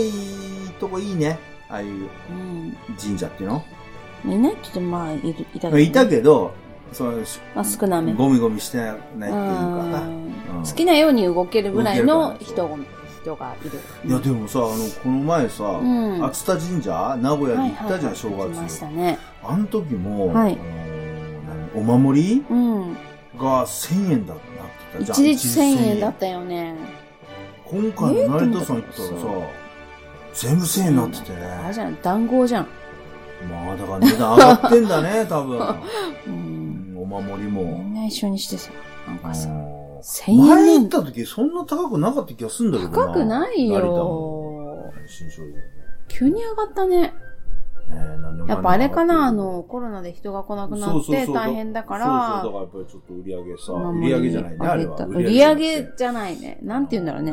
S2: とこいいね。ああいう
S1: うん。
S2: 神社っていうの。
S1: うん。いないって言ってもまあ、いる、いたけど
S2: まあ
S1: ね
S2: いたけど、そのし
S1: まあ少なめ。
S2: ゴミゴミしてないっていうかな
S1: う。ん
S2: うん
S1: 好きなように動けるぐらいの
S2: 動ける
S1: 人
S2: か
S1: が人がいる。
S2: いやでもさ、あの、この前さ、
S1: ん
S2: 熱田神社、名古屋
S1: はい
S2: に行ったじゃん、正
S1: 来まし
S2: 月
S1: た。ね。
S2: あの時も、
S1: はい
S2: あのー何お守り
S1: うん。
S2: が1000円だったって言った
S1: 一
S2: じゃん。
S1: 日千円だったよね。
S2: 今回の成田さん行ったらさ、全部1000円になってて
S1: あれじゃん、談合じゃん。
S2: まあだから値段上がってん だね、多分。
S1: う。
S2: うんんお守り
S1: みん
S2: も。
S1: な一緒にしてさ、なんかさ、
S2: うん
S1: 1000円
S2: 前
S1: な
S2: 行っ
S1: んて
S2: た時そんな高くなかった気がするんだけどな。
S1: 高くない
S2: 成田も。
S1: よ。
S2: 新商品。ね
S1: 急に上がったね。
S2: えなんでも
S1: やっぱあれかな、あ
S2: んでも
S1: の、コロナで人が来なくな
S2: そう
S1: っ
S2: そう
S1: て
S2: そう
S1: 大変だから、
S2: そうそう、だからやっぱりちょっと売り上げさ、
S1: まあ
S2: 売り上げじゃないね、あれは。
S1: 売り上げじゃないね。なんて言うんだろうね。。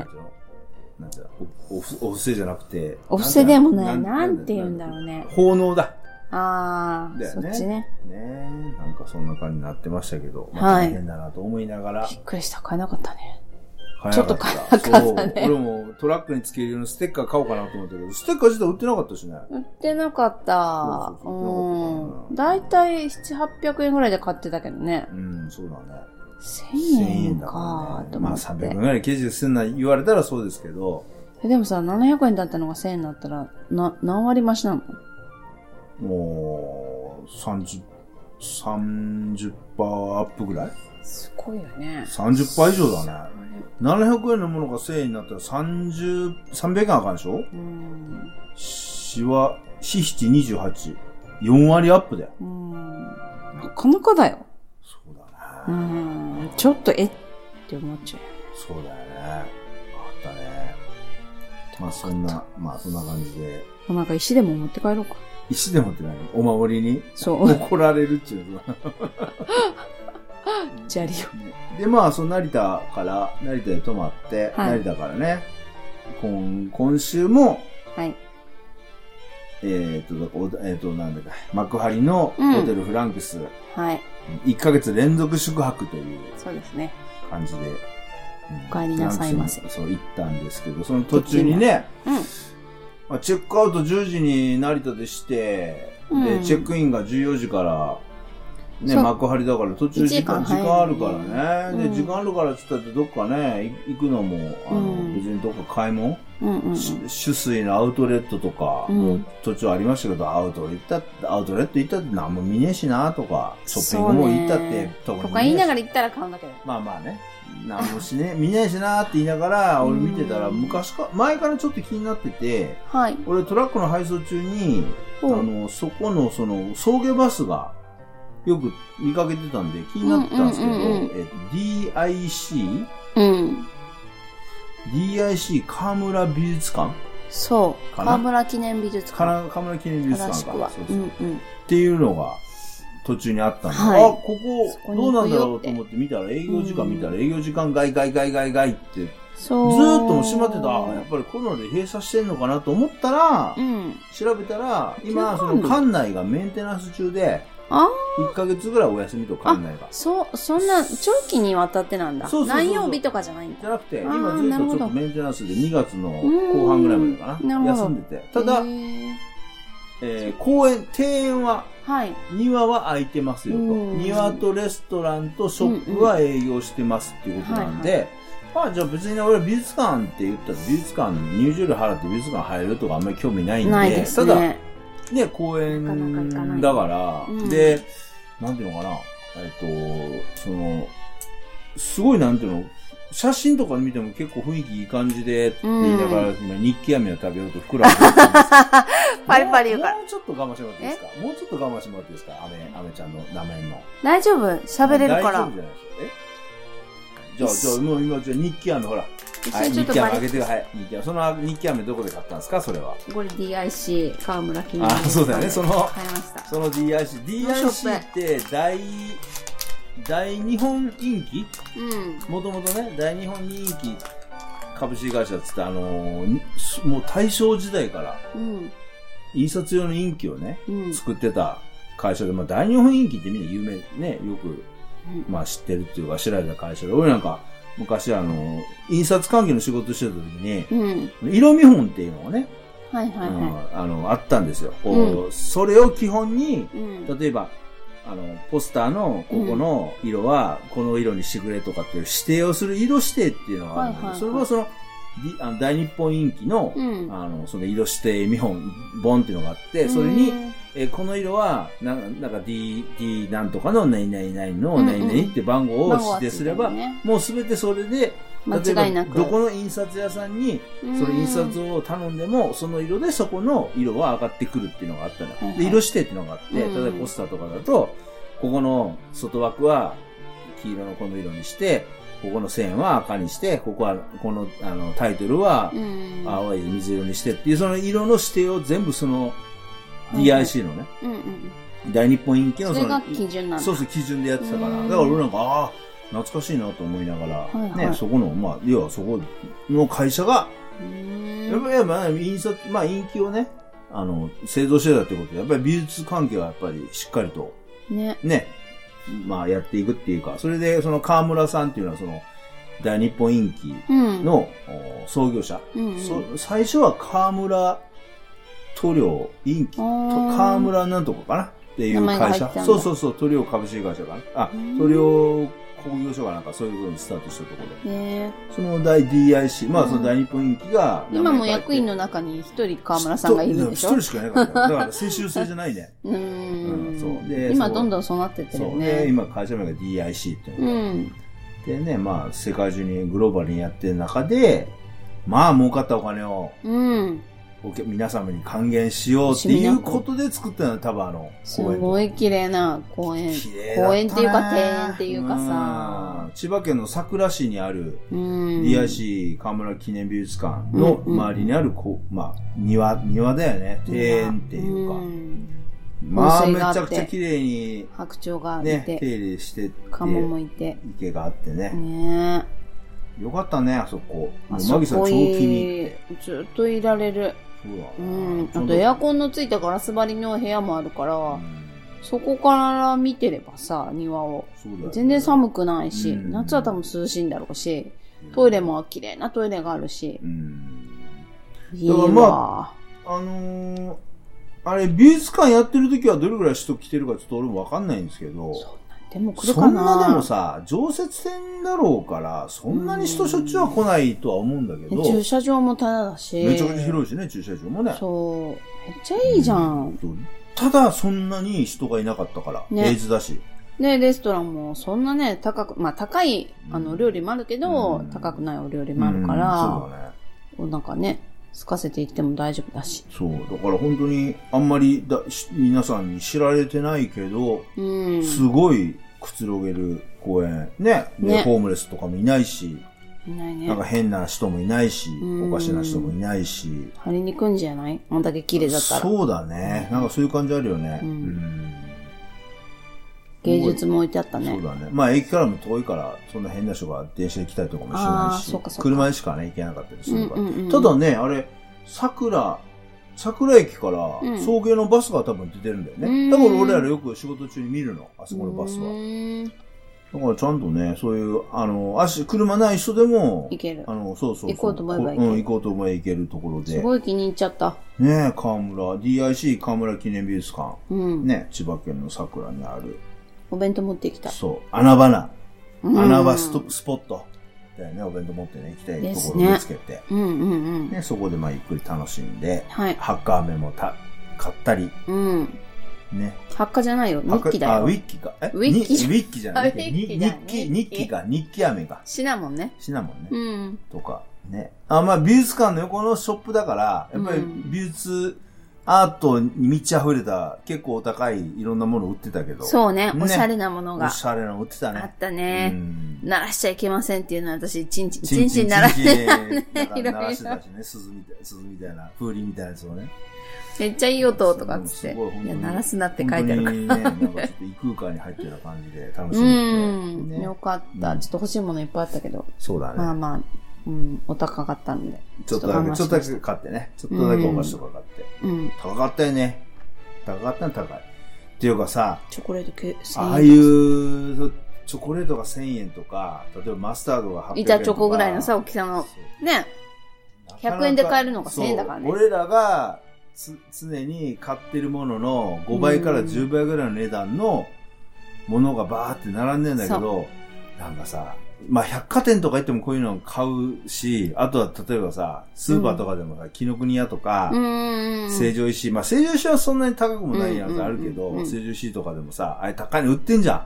S2: なんていうのおお布お布施じゃなくて。
S1: お布施でもない。
S2: な
S1: なんん
S2: て
S1: て
S2: 言
S1: 言
S2: う
S1: うんん
S2: だ
S1: だ
S2: ろ
S1: ろうね。
S2: 奉納だ。
S1: ああ、
S2: だよ
S1: そ
S2: ね
S1: っちね。
S2: ねえ、なんかそんな感じになってましたけど、まあ、
S1: はい
S2: 大変だなと思いながら、
S1: びっくりした。買えなかったね。
S2: 買えな
S1: ちょっと買えなかったね
S2: そう俺もトラックにつけるようなステッカー買おうかなと思ったけど、ステッカー自体売ってなかったしね。
S1: 売ってなかった。
S2: そううそう売ってなかった
S1: ん。だいたい7、800円ぐらいで買ってたけどね。
S2: うん、そうだね。
S1: 1000円
S2: だ
S1: か
S2: ね
S1: と
S2: ま
S1: 思
S2: あ
S1: っ
S2: 300
S1: て
S2: 円ぐ。らい記事すんな言われたらそうですけど、
S1: えでもさ、700円だったのが1000円だったら、な、何割増しなの
S2: もう、30、30%アップぐらい
S1: すごいよね。
S2: ?30% 以上だね。700円のものが1000円になったら30、300円あかんでしょ
S1: うん。
S2: しは、し七28。4割アップだよ。
S1: うん。なかなかだよ。
S2: そう
S1: う
S2: だね。
S1: ん。ちょっと、えって思っちゃう。
S2: そうだよね。あったね。まあそんな、まあそんな感じで。
S1: もうなんか石でも持って帰ろうか。
S2: 石でもって何お守りに
S1: そう。
S2: 怒られるっていうの は。
S1: 砂利を。
S2: で、まあ、その成田から、成田で泊まって、
S1: はい
S2: 成田からね、今今週も、
S1: はい。
S2: えっ、と、おえっ、と、なんだか、幕張の
S1: うん
S2: ホテルフランクス、
S1: はい。
S2: 1ヶ月連続宿泊という
S1: そうですね。
S2: 感じで、
S1: お帰りなさいませ
S2: フランクスにそう、行ったんですけど、その途中にね、
S1: うん。
S2: まあ、チェックアウト10時に成田でして、
S1: う
S2: で、
S1: ん
S2: チェックインが14時から、ね、
S1: そう
S2: 幕張だから途中
S1: 一
S2: 時
S1: 時
S2: 間
S1: 間
S2: 時
S1: 早い
S2: 間あるからね、
S1: うん
S2: で時間あるからっつったってどっかねい行くのもあの、
S1: うん
S2: 別にどっか買い物、
S1: うんうんうん。
S2: し酒水のアウトレットとか、
S1: うん
S2: 途中ありましたけどアウトレット行ったアウトレット行ったって何も見ねえしなとかショッピングも行ったって
S1: と
S2: 特に
S1: か
S2: 見
S1: 言いなが
S2: ねえ
S1: ら言
S2: し
S1: ったら買うんだけど。
S2: まあまあね何もしね見ねえ しなって言いながら俺見てたら
S1: うん
S2: 昔か前からちょっと気になってて
S1: はい。
S2: 俺トラックの配送中にあ
S1: ほう
S2: の、そこの、その、送迎バスが、よく見かけてたんで、気になってたんですけど、
S1: うんうんうん
S2: えっと DIC?
S1: うん。
S2: DIC 河村美術館
S1: そう。
S2: かな
S1: 河村記念美術
S2: か
S1: 館。
S2: な河村記念美術
S1: 正し
S2: 館
S1: く
S2: か
S1: は
S2: そう。
S1: う
S2: そうん
S1: うん。
S2: っていうのが、途中にあったんで、
S1: はい
S2: あ、ここ
S1: そ、こに
S2: どう
S1: 行
S2: な
S1: くよって
S2: んだろうと思って見たら、営業時間見たら、営業時間外外外外外って、ずーっ
S1: そう。
S2: と閉まってた、あやっぱりコロナで閉鎖してんのかなと思ったら
S1: う、ん。
S2: 調べたら、今、そ
S1: 休
S2: の
S1: 館日
S2: 館内がメンテナンス中で、
S1: あ
S2: 1ヶ月ぐらいお休みと館内が。
S1: そう、そんな、長期にわたってなんだ。
S2: そうそうそうそう
S1: 何曜日とかじゃないん
S2: じ
S1: だ。
S2: ゃなくて、
S1: あー
S2: 今ずっ
S1: なる
S2: と
S1: ほ
S2: ちょ
S1: ど
S2: っとメンテナンスで2月の後半ぐらいまでかな。
S1: うんなるほ
S2: 休
S1: ど
S2: んでて。ただ
S1: へ、ー
S2: えー公園、庭園は、
S1: はい。
S2: 庭は空いてますよと。
S1: うん
S2: 庭とレストランとショップは営業してますっていうことなんで、まあじゃあ別に俺美術館って言ったら美術館入場料払って美術館入るとかあんまり興味ないんで、
S1: ないです
S2: ただ
S1: ね。
S2: ね、公園
S1: なかなか行かない
S2: だから、
S1: うん
S2: で、なんていうのかな、えっと、その、すごいなんていうの、写真とか見ても結構雰囲気いい感じでって言いながら、今日記飴を食べようと膨らんでるんですけど
S1: パリパリ言うから
S2: もうもうちょっと我慢してもらっていいですかもうちょっと我慢してもらっていいですかアメ、アメちゃんの名前の。
S1: 大丈夫喋れるか
S2: 大丈
S1: ら
S2: 夫。じゃないですか。えじゃあ、じゃあ、もう今、じゃあ日記飴ほら。
S1: 一
S2: は
S1: 緒
S2: い、
S1: にちょ
S2: 日
S1: っと
S2: 記飴
S1: バ
S2: あげ
S1: リ
S2: てよはい、日記飴。その日記飴どこで買ったんですかそれは。
S1: これ DIC 川村記念
S2: あ、そうだよね。その、
S1: 買いました。
S2: その DIC。
S1: のショ
S2: DIC
S1: ッ
S2: って大、大日本人気
S1: うん。
S2: もともとね、大日本人気株式会社っつって、あのーにもう大正時代から
S1: うん。
S2: 印刷用の印記をね、
S1: うん。
S2: 作ってた会社で、まあ大日本印記ってみんな有名ね、よく
S1: うん
S2: まあ知ってるっていうか知られた会社で、俺なんか昔あの、印刷関係の仕事してた時に、
S1: うん。
S2: 色見本っていうのがね、
S1: はいはいは
S2: うんあの、あったんですよ。こ
S1: う
S2: うそれを基本に、
S1: い。うん。
S2: 例えば、あの、ポスターのここの色はこの色にしてくれとかっていう指定をする色指定っていうのがあるんだけど、
S1: はいはいはい
S2: それはその、りあの大日本印記の、
S1: うん
S2: あの、その色指定見本、本っていうのがあって、それに、えーこの色は、ななんか D、D なんとかの何々何々
S1: う
S2: の
S1: んうん
S2: 何々って番号を
S1: 番号は
S2: 指定すれば、
S1: ついてるね
S2: もうすべてそれで、
S1: 間違いなく。
S2: どこの印刷屋さんに、その印刷を頼んでも、その色でそこの色は上がってくるっていうのがあったのよ
S1: はいはい
S2: で、色指定っていうのがあって、例
S1: うん
S2: えばポスターとかだと、ここの外枠は黄色のこの色にして、ここの線は赤にして、ここは、この、あの、タイトルは
S1: うん。うん。
S2: 青い水色にしてっていう、その色の指定を全部その
S1: いはい
S2: DIC のね、
S1: うんうん。
S2: 大日本印記
S1: そ
S2: の
S1: れ
S2: その
S1: が、基準なんだ。
S2: そうそう、基準でやってたから。
S1: う
S2: だ
S1: ん
S2: から俺なんか、ああ、懐かしいなと思いながら、
S1: いはい
S2: ね、そこの、まあ、要はそこの会社が、
S1: うーん
S2: やっぱり、まあ、印刷、まあ、印記をね、あの、製造してたってことで、やっぱり美術関係はやっぱりしっかりと、
S1: ね。
S2: ね、まあ、やっていくっていうか、それで、その川村さんっていうのは、その、大日本印記
S1: うん。
S2: の、お創業者、
S1: うんうん、
S2: そ最初は川村塗料印記、と
S1: あー
S2: 川村なんとかかなっていう
S1: 名前が入
S2: 会
S1: っ
S2: 社
S1: てたん。だ
S2: そうそうそう、塗料株式会社かな。あ
S1: う、ん
S2: 塗料工業所かなんかそういうことにスタートしたところで。
S1: ね
S2: その大 DIC、ま
S1: う
S2: あ
S1: ん
S2: その大日本印記が、
S1: 今も役員の中に一人川村さんがいるんでしょ
S2: 一人しかいなかったから。だから世襲制じゃないね。
S1: うーん。
S2: うんそうで
S1: 今
S2: そう
S1: どんどん そうなってってる
S2: そ
S1: よ
S2: う。で、
S1: ね。
S2: 今会社名が DIC っていう
S1: う
S2: のが
S1: ん。
S2: でね、まあ世界中にグローバルにやってる中で、まあ儲かったお金を、
S1: うん。
S2: お客皆様に還元しようっていうことで作ったのよ多分あの
S1: す
S2: 公園
S1: ごい綺麗な公園。
S2: 綺麗だたね
S1: 公園っていうか庭園っていうかさ
S2: うん千葉県の佐倉市にある
S1: うん。
S2: DIC 河村記念美術館の
S1: うん
S2: 周りにあるこう、まあ、庭庭だよね庭園っていうか、
S1: ん
S2: まあ
S1: 温
S2: め
S1: 泉があっ
S2: ち
S1: て
S2: ゃくちゃ綺麗に
S1: 白鳥がい
S2: ね
S1: て、
S2: 手入れしてて
S1: カモもいて。
S2: 池があってね、
S1: ね
S2: よかったねあそこ
S1: え。あ
S2: マギ
S1: そ
S2: さん超
S1: こ
S2: 気に入っ
S1: いい
S2: て。
S1: ずっといられる。
S2: そうだわ
S1: うん。
S2: ちょ
S1: あ
S2: う
S1: と
S2: ど
S1: エアコンのついたガラス張りの部屋もあるから、
S2: うん
S1: そこから見てればさ、庭を。
S2: そうだよね
S1: 全然寒くないし、
S2: うん
S1: 夏は多分涼しいんだろうし、トイレも綺麗なトイレがあるし
S2: う、ん
S1: いいわ。
S2: だからあのー、あれ、美術館やってる時はどれぐらい人来てるかちょっと俺もわかんないんですけど、
S1: そんなでも来る
S2: そ
S1: か
S2: ん
S1: な
S2: なでもさ、常設店だろうから、そんなに人しょっちゅうは来ないとは思うんだけ
S1: で
S2: ど、
S1: 駐車場もタダだし。
S2: めちゃくちゃ広いしね、駐車場もね。
S1: そう。めっちゃいいじゃん。
S2: そうただ、そんなに人がいなかったから、
S1: ね
S2: 平日だし。
S1: ね、レストランもそんなね、高く、まあ高い、あの、お料理もあるけど、
S2: うん
S1: 高くないお料理もあるから
S2: うん、
S1: なんかね、すかせていっても大丈夫だし。
S2: そうだね。そう、だから本当にあんまりだし皆さんに知られてないけど、
S1: うん。
S2: すごいくつろげる公園。ね。で
S1: ね
S2: ホームレスとかもいないし。
S1: いないね
S2: なん。か変な人もいないし、
S1: ん
S2: おかしな人もいないし。
S1: 張りにくいんじゃないあんだけ綺麗だったら。
S2: そうだね。なんかそういう感じあるよね。
S1: うん
S2: ん
S1: 芸術も置いてあったね
S2: そう。だね。まあ駅からも遠いから、そんな変な人が電車で来たりとかもしな
S1: あー
S2: いし
S1: そっかそっ、か
S2: 車でしかね、行けなかったりするから。
S1: うんうんうん
S2: ただね、あれ、桜、桜駅から
S1: うん
S2: 送迎のバスが多分出てるんだよ
S1: うん
S2: ね。だから俺らよく仕事中に見るの、あそこのバス
S1: う
S2: は。
S1: ーん
S2: だからちゃんとね、そういう、あの、足、車ない人でも、
S1: いける
S2: あ。の、そうそうそう。
S1: 行こうと思えば行ける
S2: うん、行こうと思えば行けるところで。
S1: すごい気に入っちゃった。
S2: ねえ、河村、DIC 河村記念美術館。
S1: うん。
S2: ね、千葉県の桜にある。
S1: お弁当持ってきた。
S2: そう、穴場
S1: うん
S2: な、穴場スト、スポット。だよね、お弁当持ってね、行きたいところを見つけて。
S1: うんうんうん。
S2: ね、そこでまあゆっくり楽しんで、
S1: はい。
S2: ハッカーメもた買ったり、
S1: うん。
S2: ね。
S1: 発火じゃないよ。日記だ
S2: あ、ウ
S1: よ。
S2: ィッキか。え
S1: ウィッキ
S2: にウィッキじゃな
S1: あ
S2: い。
S1: ウィッキだ
S2: に日記、
S1: 日
S2: 日
S1: 記
S2: 記か。日記飴か。
S1: シナモンね。
S2: シナモンね。
S1: うん。
S2: とか、ね。あ、まあ、美術館の横のショップだから、やっぱ
S1: う
S2: り
S1: ん
S2: 美術、アートに満ち溢れた、結構お高いいろんなもの売ってたけど。
S1: そうね。
S2: ね
S1: おしゃれなもの
S2: お
S1: が
S2: しゃれなの売ってた
S1: あっ
S2: ね。
S1: た
S2: う
S1: ね。
S2: ん。
S1: 鳴らしちゃいけませんっていうのは私、一日、一
S2: チンチ
S1: 日
S2: ン
S1: 鳴らし
S2: チンチ
S1: て
S2: ン
S1: た
S2: なん
S1: ね。
S2: か
S1: いろ
S2: 鳴
S1: いろ
S2: ら。してたしね、鈴みたい、鈴みたいな、風鈴みたいなやつをね。
S1: めっちゃいい音とかっつって。
S2: すごい本当
S1: いや、
S2: に
S1: 鳴らすなって書いてあるから。
S2: 本当にね、なんかちょっと異空間に入ってるような感じで楽し
S1: う
S2: めて。
S1: ん。
S2: ね
S1: よ、かった。ちょっと欲しいものいっぱいあったけど。
S2: そうだね。
S1: まあまあ、うん、お高かったんで。
S2: ちょっとだけ、ちょっとだけ買ってね。ちょっとだけお菓子とか買って。
S1: うん。
S2: 高かったよね。高かったの高い。っていうかさ、
S1: チョコレートけ1000円。
S2: ああいうチョコレートが1000円とか、例えばマスタードが800円とか。
S1: 板チョコぐらいのさ、大きさの。ね。100円で買えるのが1000円だからね
S2: そう俺らがつ常に買ってるものの5倍から10倍ぐらいの値段のものがバーって並んでんだけど、なんかさ、まあ百貨店とか行ってもこういうの買うし、あとは例えばさ、スーパーとかでもさ、紀、ノ国屋とか、
S1: うん。
S2: 成城石井。まあ、成城石井はそんなに高くもないや
S1: うんうん
S2: つ
S1: うん
S2: あるけど、
S1: うん
S2: 成城石井とかでもさ、あれ高いの売ってんじゃん。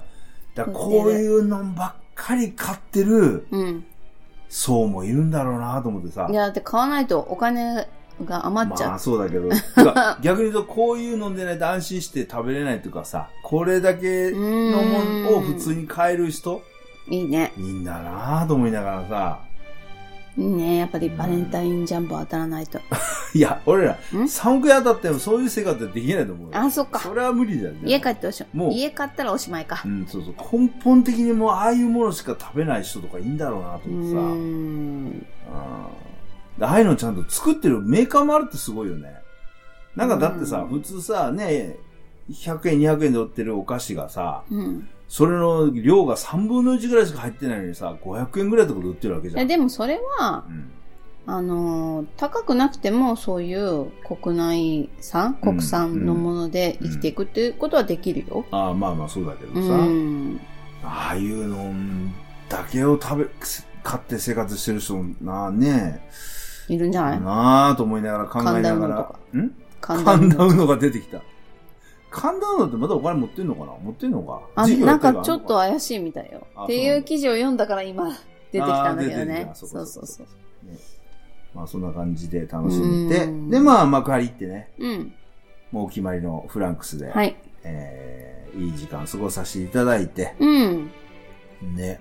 S2: だから
S1: 売ってる
S2: こういうのばっかり買ってる
S1: うん。
S2: 層もいるんだろうなと思ってさ。
S1: いや、だって買わないとお金が余っちゃ
S2: まあ
S1: う。
S2: そう だけど。てか逆に言うと、こういう飲んでないと安心して食べれないというかさ、これだけのものを普通に買える人、
S1: いいね。
S2: いいんだなと思いながらさ。
S1: いいね。やっぱりバレンタインジャンボ当たらないと。
S2: いや、俺ら、
S1: ん
S2: 3億円当たってもそういう生活はできないと思うよ。
S1: あ、そっか。
S2: それは無理だよね。
S1: 家帰っておしま
S2: もう
S1: い。家買ったらおしまいか
S2: う。ん、そうそう。根本的にもうああいうものしか食べない人とかいいんだろうなと
S1: う
S2: 思って
S1: ん。
S2: さ。うん。でああいうのちゃんと作ってるメーカーもあるってすごいよね。なんかだってさ、
S1: うん
S2: 普通さ、ね、100円、200円で売ってるお菓子がさ、
S1: うん。
S2: それの量が3分の1ぐらいしか入ってないのにさ、500円ぐらいとかで売ってるわけじ
S1: い
S2: ゃ
S1: や、
S2: ん。
S1: でもそれは
S2: う、ん。
S1: あのー高くなくてもそういう国内産、
S2: うん
S1: 国産のもので生きていくっていうことはできるよ。
S2: ああ、まあまあそうだけど
S1: う
S2: さ、
S1: ん。
S2: ああいうのだけを食べ、買って生活してる人なあね、
S1: いるんじゃない
S2: なあと思いながら考えなが。
S1: 神田うのとから
S2: ん
S1: 簡
S2: 神
S1: 単
S2: 田うのが出てきた。神田うのってまだお金持ってんのかな持ってんのか
S1: あ、
S2: 事業や
S1: なん
S2: てる
S1: かちょっと怪しいみたいよ
S2: あ。
S1: って
S2: そう
S1: い
S2: な
S1: うん
S2: だ
S1: 記事を読んだから今出てきたんだけどね
S2: あ。ー
S1: そ
S2: 出てきた
S1: う
S2: そ
S1: そう
S2: か
S1: う
S2: そ
S1: そうう。
S2: ねまあそんな感じで楽しんでて
S1: うん
S2: で、まあ幕張行ってね、
S1: うん。
S2: もうお決まりのフランクスで、
S1: はい。
S2: えーいい時間過ごさせていただいて、
S1: うん。
S2: ね。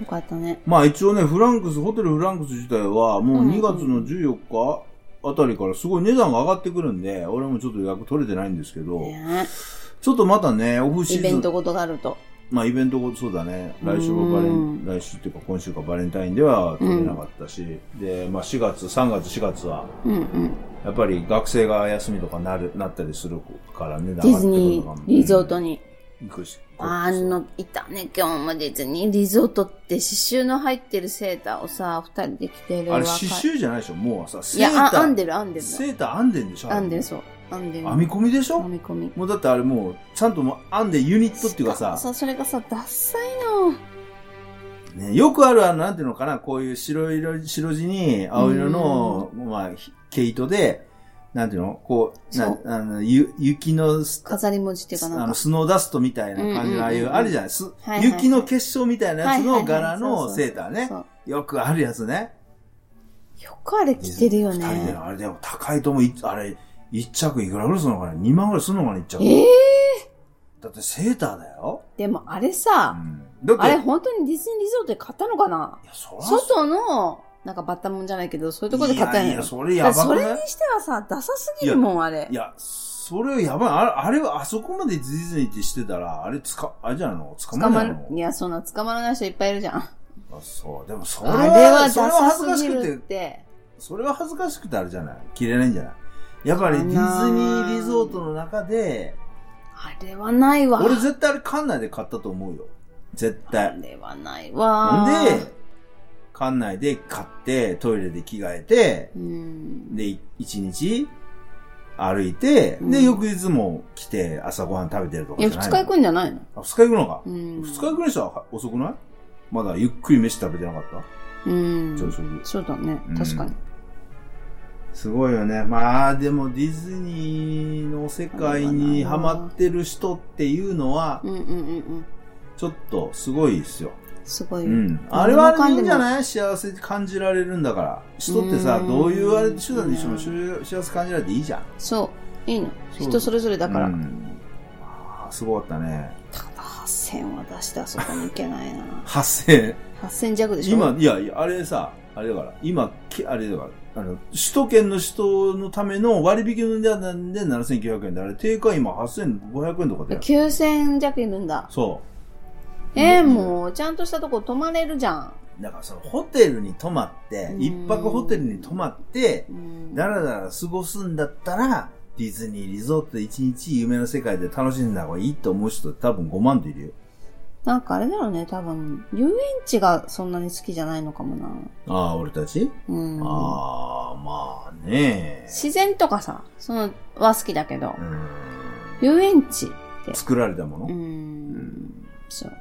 S1: よかったね。
S2: まあ一応ね、フランクス、ホテルフランクス自体はもう2月の14日あたりからすごい値段が上がってくるんで、俺もちょっと予約取れてないんですけど、
S1: ね
S2: ちょっとまたね、オフシ
S1: イ
S2: ーズ
S1: ベ
S2: ン
S1: ントごとがあると。
S2: まあイベントごとそうだね。来週はバレ
S1: う
S2: ン、
S1: ん
S2: 来週っていうか今週かバレンタインでは取れなかったし、で、まあ4月、3月、4月は、
S1: うんうん。
S2: やっぱり学生が休みとかなる、なったりするからね、デ
S1: ディズニーリゾートに。
S2: 行くし。
S1: あの、いたね、今日もディズニーリゾートって刺繍の入ってるセーターをさ、二人で着てる
S2: あれ
S1: 若
S2: 刺
S1: い
S2: 繍じゃないでしょもうさ、
S1: い
S2: セー
S1: や、あ
S2: ター。
S1: 編んでる編んでるの。
S2: セーター編んでんでしょ
S1: 編んでる、
S2: う。
S1: そう。編んでるの。
S2: 編み込みでしょ
S1: 編み込み。
S2: もうだってあれもう、ちゃんともう編んでユニットっていうかさ、
S1: それがさ、ダッサいの。
S2: ね、よくあるあの、なんていうのかな、こういう白色、白地に青色の、まあ、ひ毛糸で、なんていうのこう、
S1: そ
S2: な
S1: う
S2: あのゆ雪のス、
S1: 飾り文字っていうかな
S2: あ
S1: ん
S2: の、
S1: か。
S2: スノーダストみたいな感じ
S1: うんうんうんうん
S2: の、ああいう、あるじゃないす
S1: はいはいはい
S2: 雪の結晶みたいなやつ
S1: はい
S2: の
S1: はいはい
S2: 柄のセーターね
S1: そ。う
S2: よくあるやつね。
S1: よくあれ着てるよ
S2: 二人で
S1: ね。
S2: のあれでも高いと思う。いあれ、一着いくらぐらいするのかな ?2 万ぐらいするのかな一着。
S1: ええ
S2: だってセーターだよ。
S1: でもあれ
S2: う
S1: さ、
S2: ん。だって、
S1: あれ本当にディズニーリゾートで買ったのかない
S2: や、そら
S1: 外の、なんかバッタモンじゃないけど、そういうところで買ったん
S2: い
S1: や
S2: やい
S1: ろ
S2: や、。それ
S1: だか
S2: や
S1: ら
S2: ば
S1: そ
S2: く
S1: れ
S2: な
S1: に
S2: い
S1: してはさ、ダサすぎるもん、あれ
S2: い。や、それやばい。あれ、あれはあそこまでディズニーってしてたら、あれつか、あれじゃないの捕
S1: 捕
S2: ま
S1: ま
S2: る
S1: る
S2: の。
S1: いや、そんな捕まらない人いっぱいいるじゃん。あ
S2: あそう。でもそ
S1: れ
S2: れは、
S1: はダ
S2: それは
S1: サ
S2: 恥ず
S1: す
S2: か
S1: ぎ
S2: しく、
S1: るってて。
S2: それは恥ずかしくてあれじゃない着れないんじゃないやっぱりディズニーリゾートの中で、
S1: あれはないわ。
S2: 俺絶対あれ館内で買ったと思うよ。絶
S1: あ
S2: 対。
S1: れはないわ。
S2: ほんで、館内で買って、トイレで着替えて、
S1: うん。
S2: で、い一日歩いて、
S1: うん
S2: で、翌日も来て朝ごはん食べてるとか
S1: い
S2: じ
S1: や、二
S2: ゃないの
S1: 日行くんじゃないの
S2: あ、二日行くのか。
S1: う
S2: 二、
S1: ん。
S2: 日行くにしたら遅くないまだゆっくり飯食べてなかった、
S1: うん。
S2: 朝食。
S1: そうだね
S2: うん。
S1: 確かに。
S2: すごいよね。まあ、でもディズニーの世界にハマってる人っていうのは、
S1: うんうんうんうん。
S2: ちょっとすごいですよ。
S1: すごいうよ。
S2: ん。あれはあれでいいんじゃない幸せ感じられるんだから。人ってさ、
S1: うん
S2: どういうあれ手段でして
S1: う
S2: も
S1: ん
S2: 幸幸せ感じられていいじゃん。
S1: そう。いいの。
S2: そう
S1: 人それぞれだから。
S2: うんあーすごかったね。。
S1: ただ8000は出してあそこに行けないな
S2: 8000。
S1: 8000弱でしょ
S2: 今、いやいや、あれさ、あれだから、今、けあれだから、あの、首都圏の人のための割引の値段で7900円で、あれ、定価今8500円とかだよ。
S1: 9000弱いるんだ。
S2: そ
S1: えー、
S2: うん
S1: もう、ちゃんとしたとこ泊まれるじゃん。
S2: う。だからその、ホテルに泊まって
S1: う、ん
S2: 一泊ホテルに泊まって
S1: う、ん
S2: だらだら過ごすんだったら、ディズニーリゾートで一日夢の世界で楽しんだ方がいいと思う人多分5万といるよ。
S1: なんかあれだろうね、多分、遊園地がそんなに好きじゃないのかもな。
S2: ああ、俺たち、
S1: うん。
S2: ああ、まあね
S1: 自然とかさ、その、は好きだけど
S2: う、ん。
S1: 遊園地って、
S2: 作られたもの
S1: う、
S2: うん
S1: そう。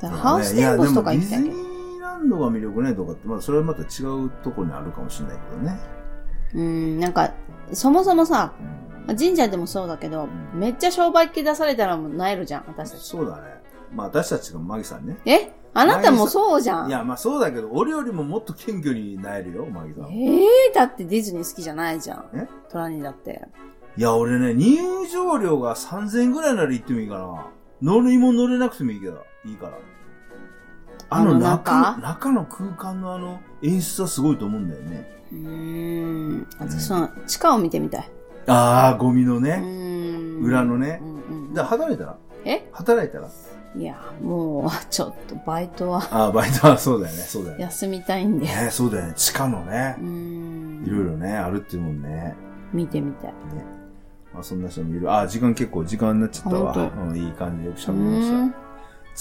S1: だから
S2: ね
S1: ハウステンボスとか行きたい
S2: い
S1: け
S2: やで
S1: ど。
S2: もディズニーランドが魅力ないとかって、まあ、それはまた違うところにあるかもしれないけどね。
S1: うん、なんか、そもそもさ、
S2: うん
S1: 神社でもそうだけど、めっちゃ商売っ気出されたらもうなえるじゃん、私たち。
S2: そうだね。まあ、私たちがマギさんね。
S1: えあなたもそうじゃん。
S2: い
S1: え
S2: や、まあそうだけど、俺よりももっと謙虚になえるよ、マギさんは。い
S1: えー、だってディズニー好きじゃないじゃん
S2: え。
S1: トラニーだって。
S2: や、俺ね、入場料が3000円ぐらいなら行ってもいいかな。乗りも乗れなくてもいいけど、いいから。あ
S1: あ
S2: の
S1: の
S2: 中
S1: 中、
S2: 中の空間のあの演出はすごいと思うんだよね。
S1: うーん。私、その、地下を見てみたい。
S2: ああ、ゴミの
S1: う
S2: ね。
S1: ーん。
S2: 裏のね
S1: うんうん
S2: で、働いたら
S1: え
S2: 働いたら
S1: いや、もう、ちょっとバイトは
S2: ああ、バイトはそうだよね、そうだよね。
S1: 休みたいんで。
S2: ねそうだよね。地下のね
S1: うー、ん。
S2: いろいろね、あるっていうもんね。
S1: 見てみたい。
S2: まあそんな人もいる。あ、時間結構時間になっちゃったわ。
S1: あ
S2: うん、いい感じでよく
S1: う
S2: 喋り
S1: ー
S2: ま
S1: ん。
S2: し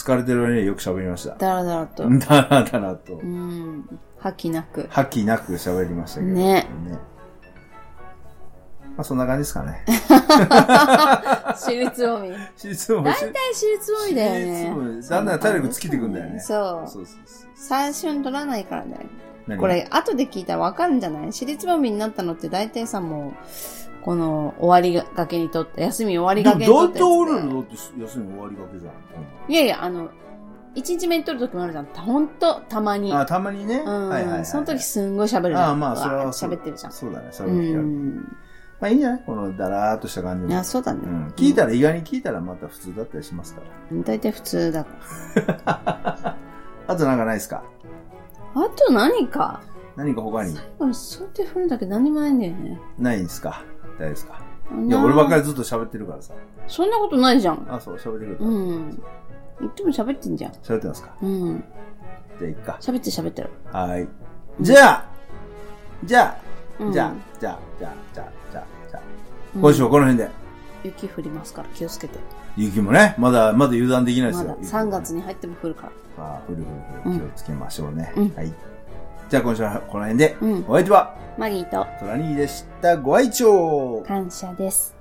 S2: た。疲れてる割にはよく喋りました。
S1: だらだらと。う
S2: だらだらと
S1: ー、ん。覇気な く。
S2: 覇気なく喋りましたけど。
S1: ね
S2: まあそんな感じです かね。
S1: 私立 を見。
S2: 手術も
S1: 大体私立多いだよね。
S2: 手術もだんだん体力尽きてくんだよね。
S1: そう。
S2: そうそうそう
S1: 最初に取らないからだよ。
S2: 何が
S1: これ、後で聞いたらわかるんじゃない私立ボミになったのって大体さ、もう、この、終わりがけにとって、休み終わり
S2: で
S1: が
S2: も
S1: けにと
S2: 大
S1: って。
S2: 体俺らだって休み終わりがけじゃん
S1: いやいや、あの、一日目に取る時もあるじゃん。ほんと、たまに。
S2: 今。あ、たまにね。
S1: うん、
S2: はいはいはい。
S1: その時すんごい喋るじゃん。
S2: あーまあそれは
S1: わー喋ってるじゃん。
S2: そうだね、喋
S1: う
S2: る時ある。
S1: ん。
S2: まあいいんじゃないこのだらーっとした感
S1: い
S2: じも
S1: や、。そうだね。
S2: うん。聞いたら、意外に聞いたらまた普通だったりしますから。
S1: 大体普通だか。
S2: あとなんかないですから
S1: あと何か
S2: 何か他に
S1: これ、そうやって振るんだけど何もないんだよね。
S2: ないんですか大丈夫ですかい
S1: な
S2: や、
S1: あ
S2: 俺ばっかりずっと喋ってるからさ。
S1: そんなことないじゃん。
S2: あ、そう、喋ってる。
S1: うん。いつも喋ってんじゃん。
S2: 喋ってますか
S1: うん。
S2: じゃあ、いっか。
S1: 喋って喋ってる。
S2: はーい。じゃあじゃ
S1: う
S2: あ
S1: ん
S2: じゃあじゃあじゃあじゃあじゃあじゃあ今週はこの辺で。
S1: 雪降りますから気をつけて。
S2: 雪もね、まだ、まだ油断できないで
S1: ます
S2: よ
S1: だ。3月に入っても降るから。
S2: まあ、ふるふるふる気をつけましょうね。
S1: うん
S2: はい。じゃあ今週はこの辺で、
S1: うん
S2: お相手は
S1: マギーと
S2: トラニーでした。ご愛聴
S1: 感謝です。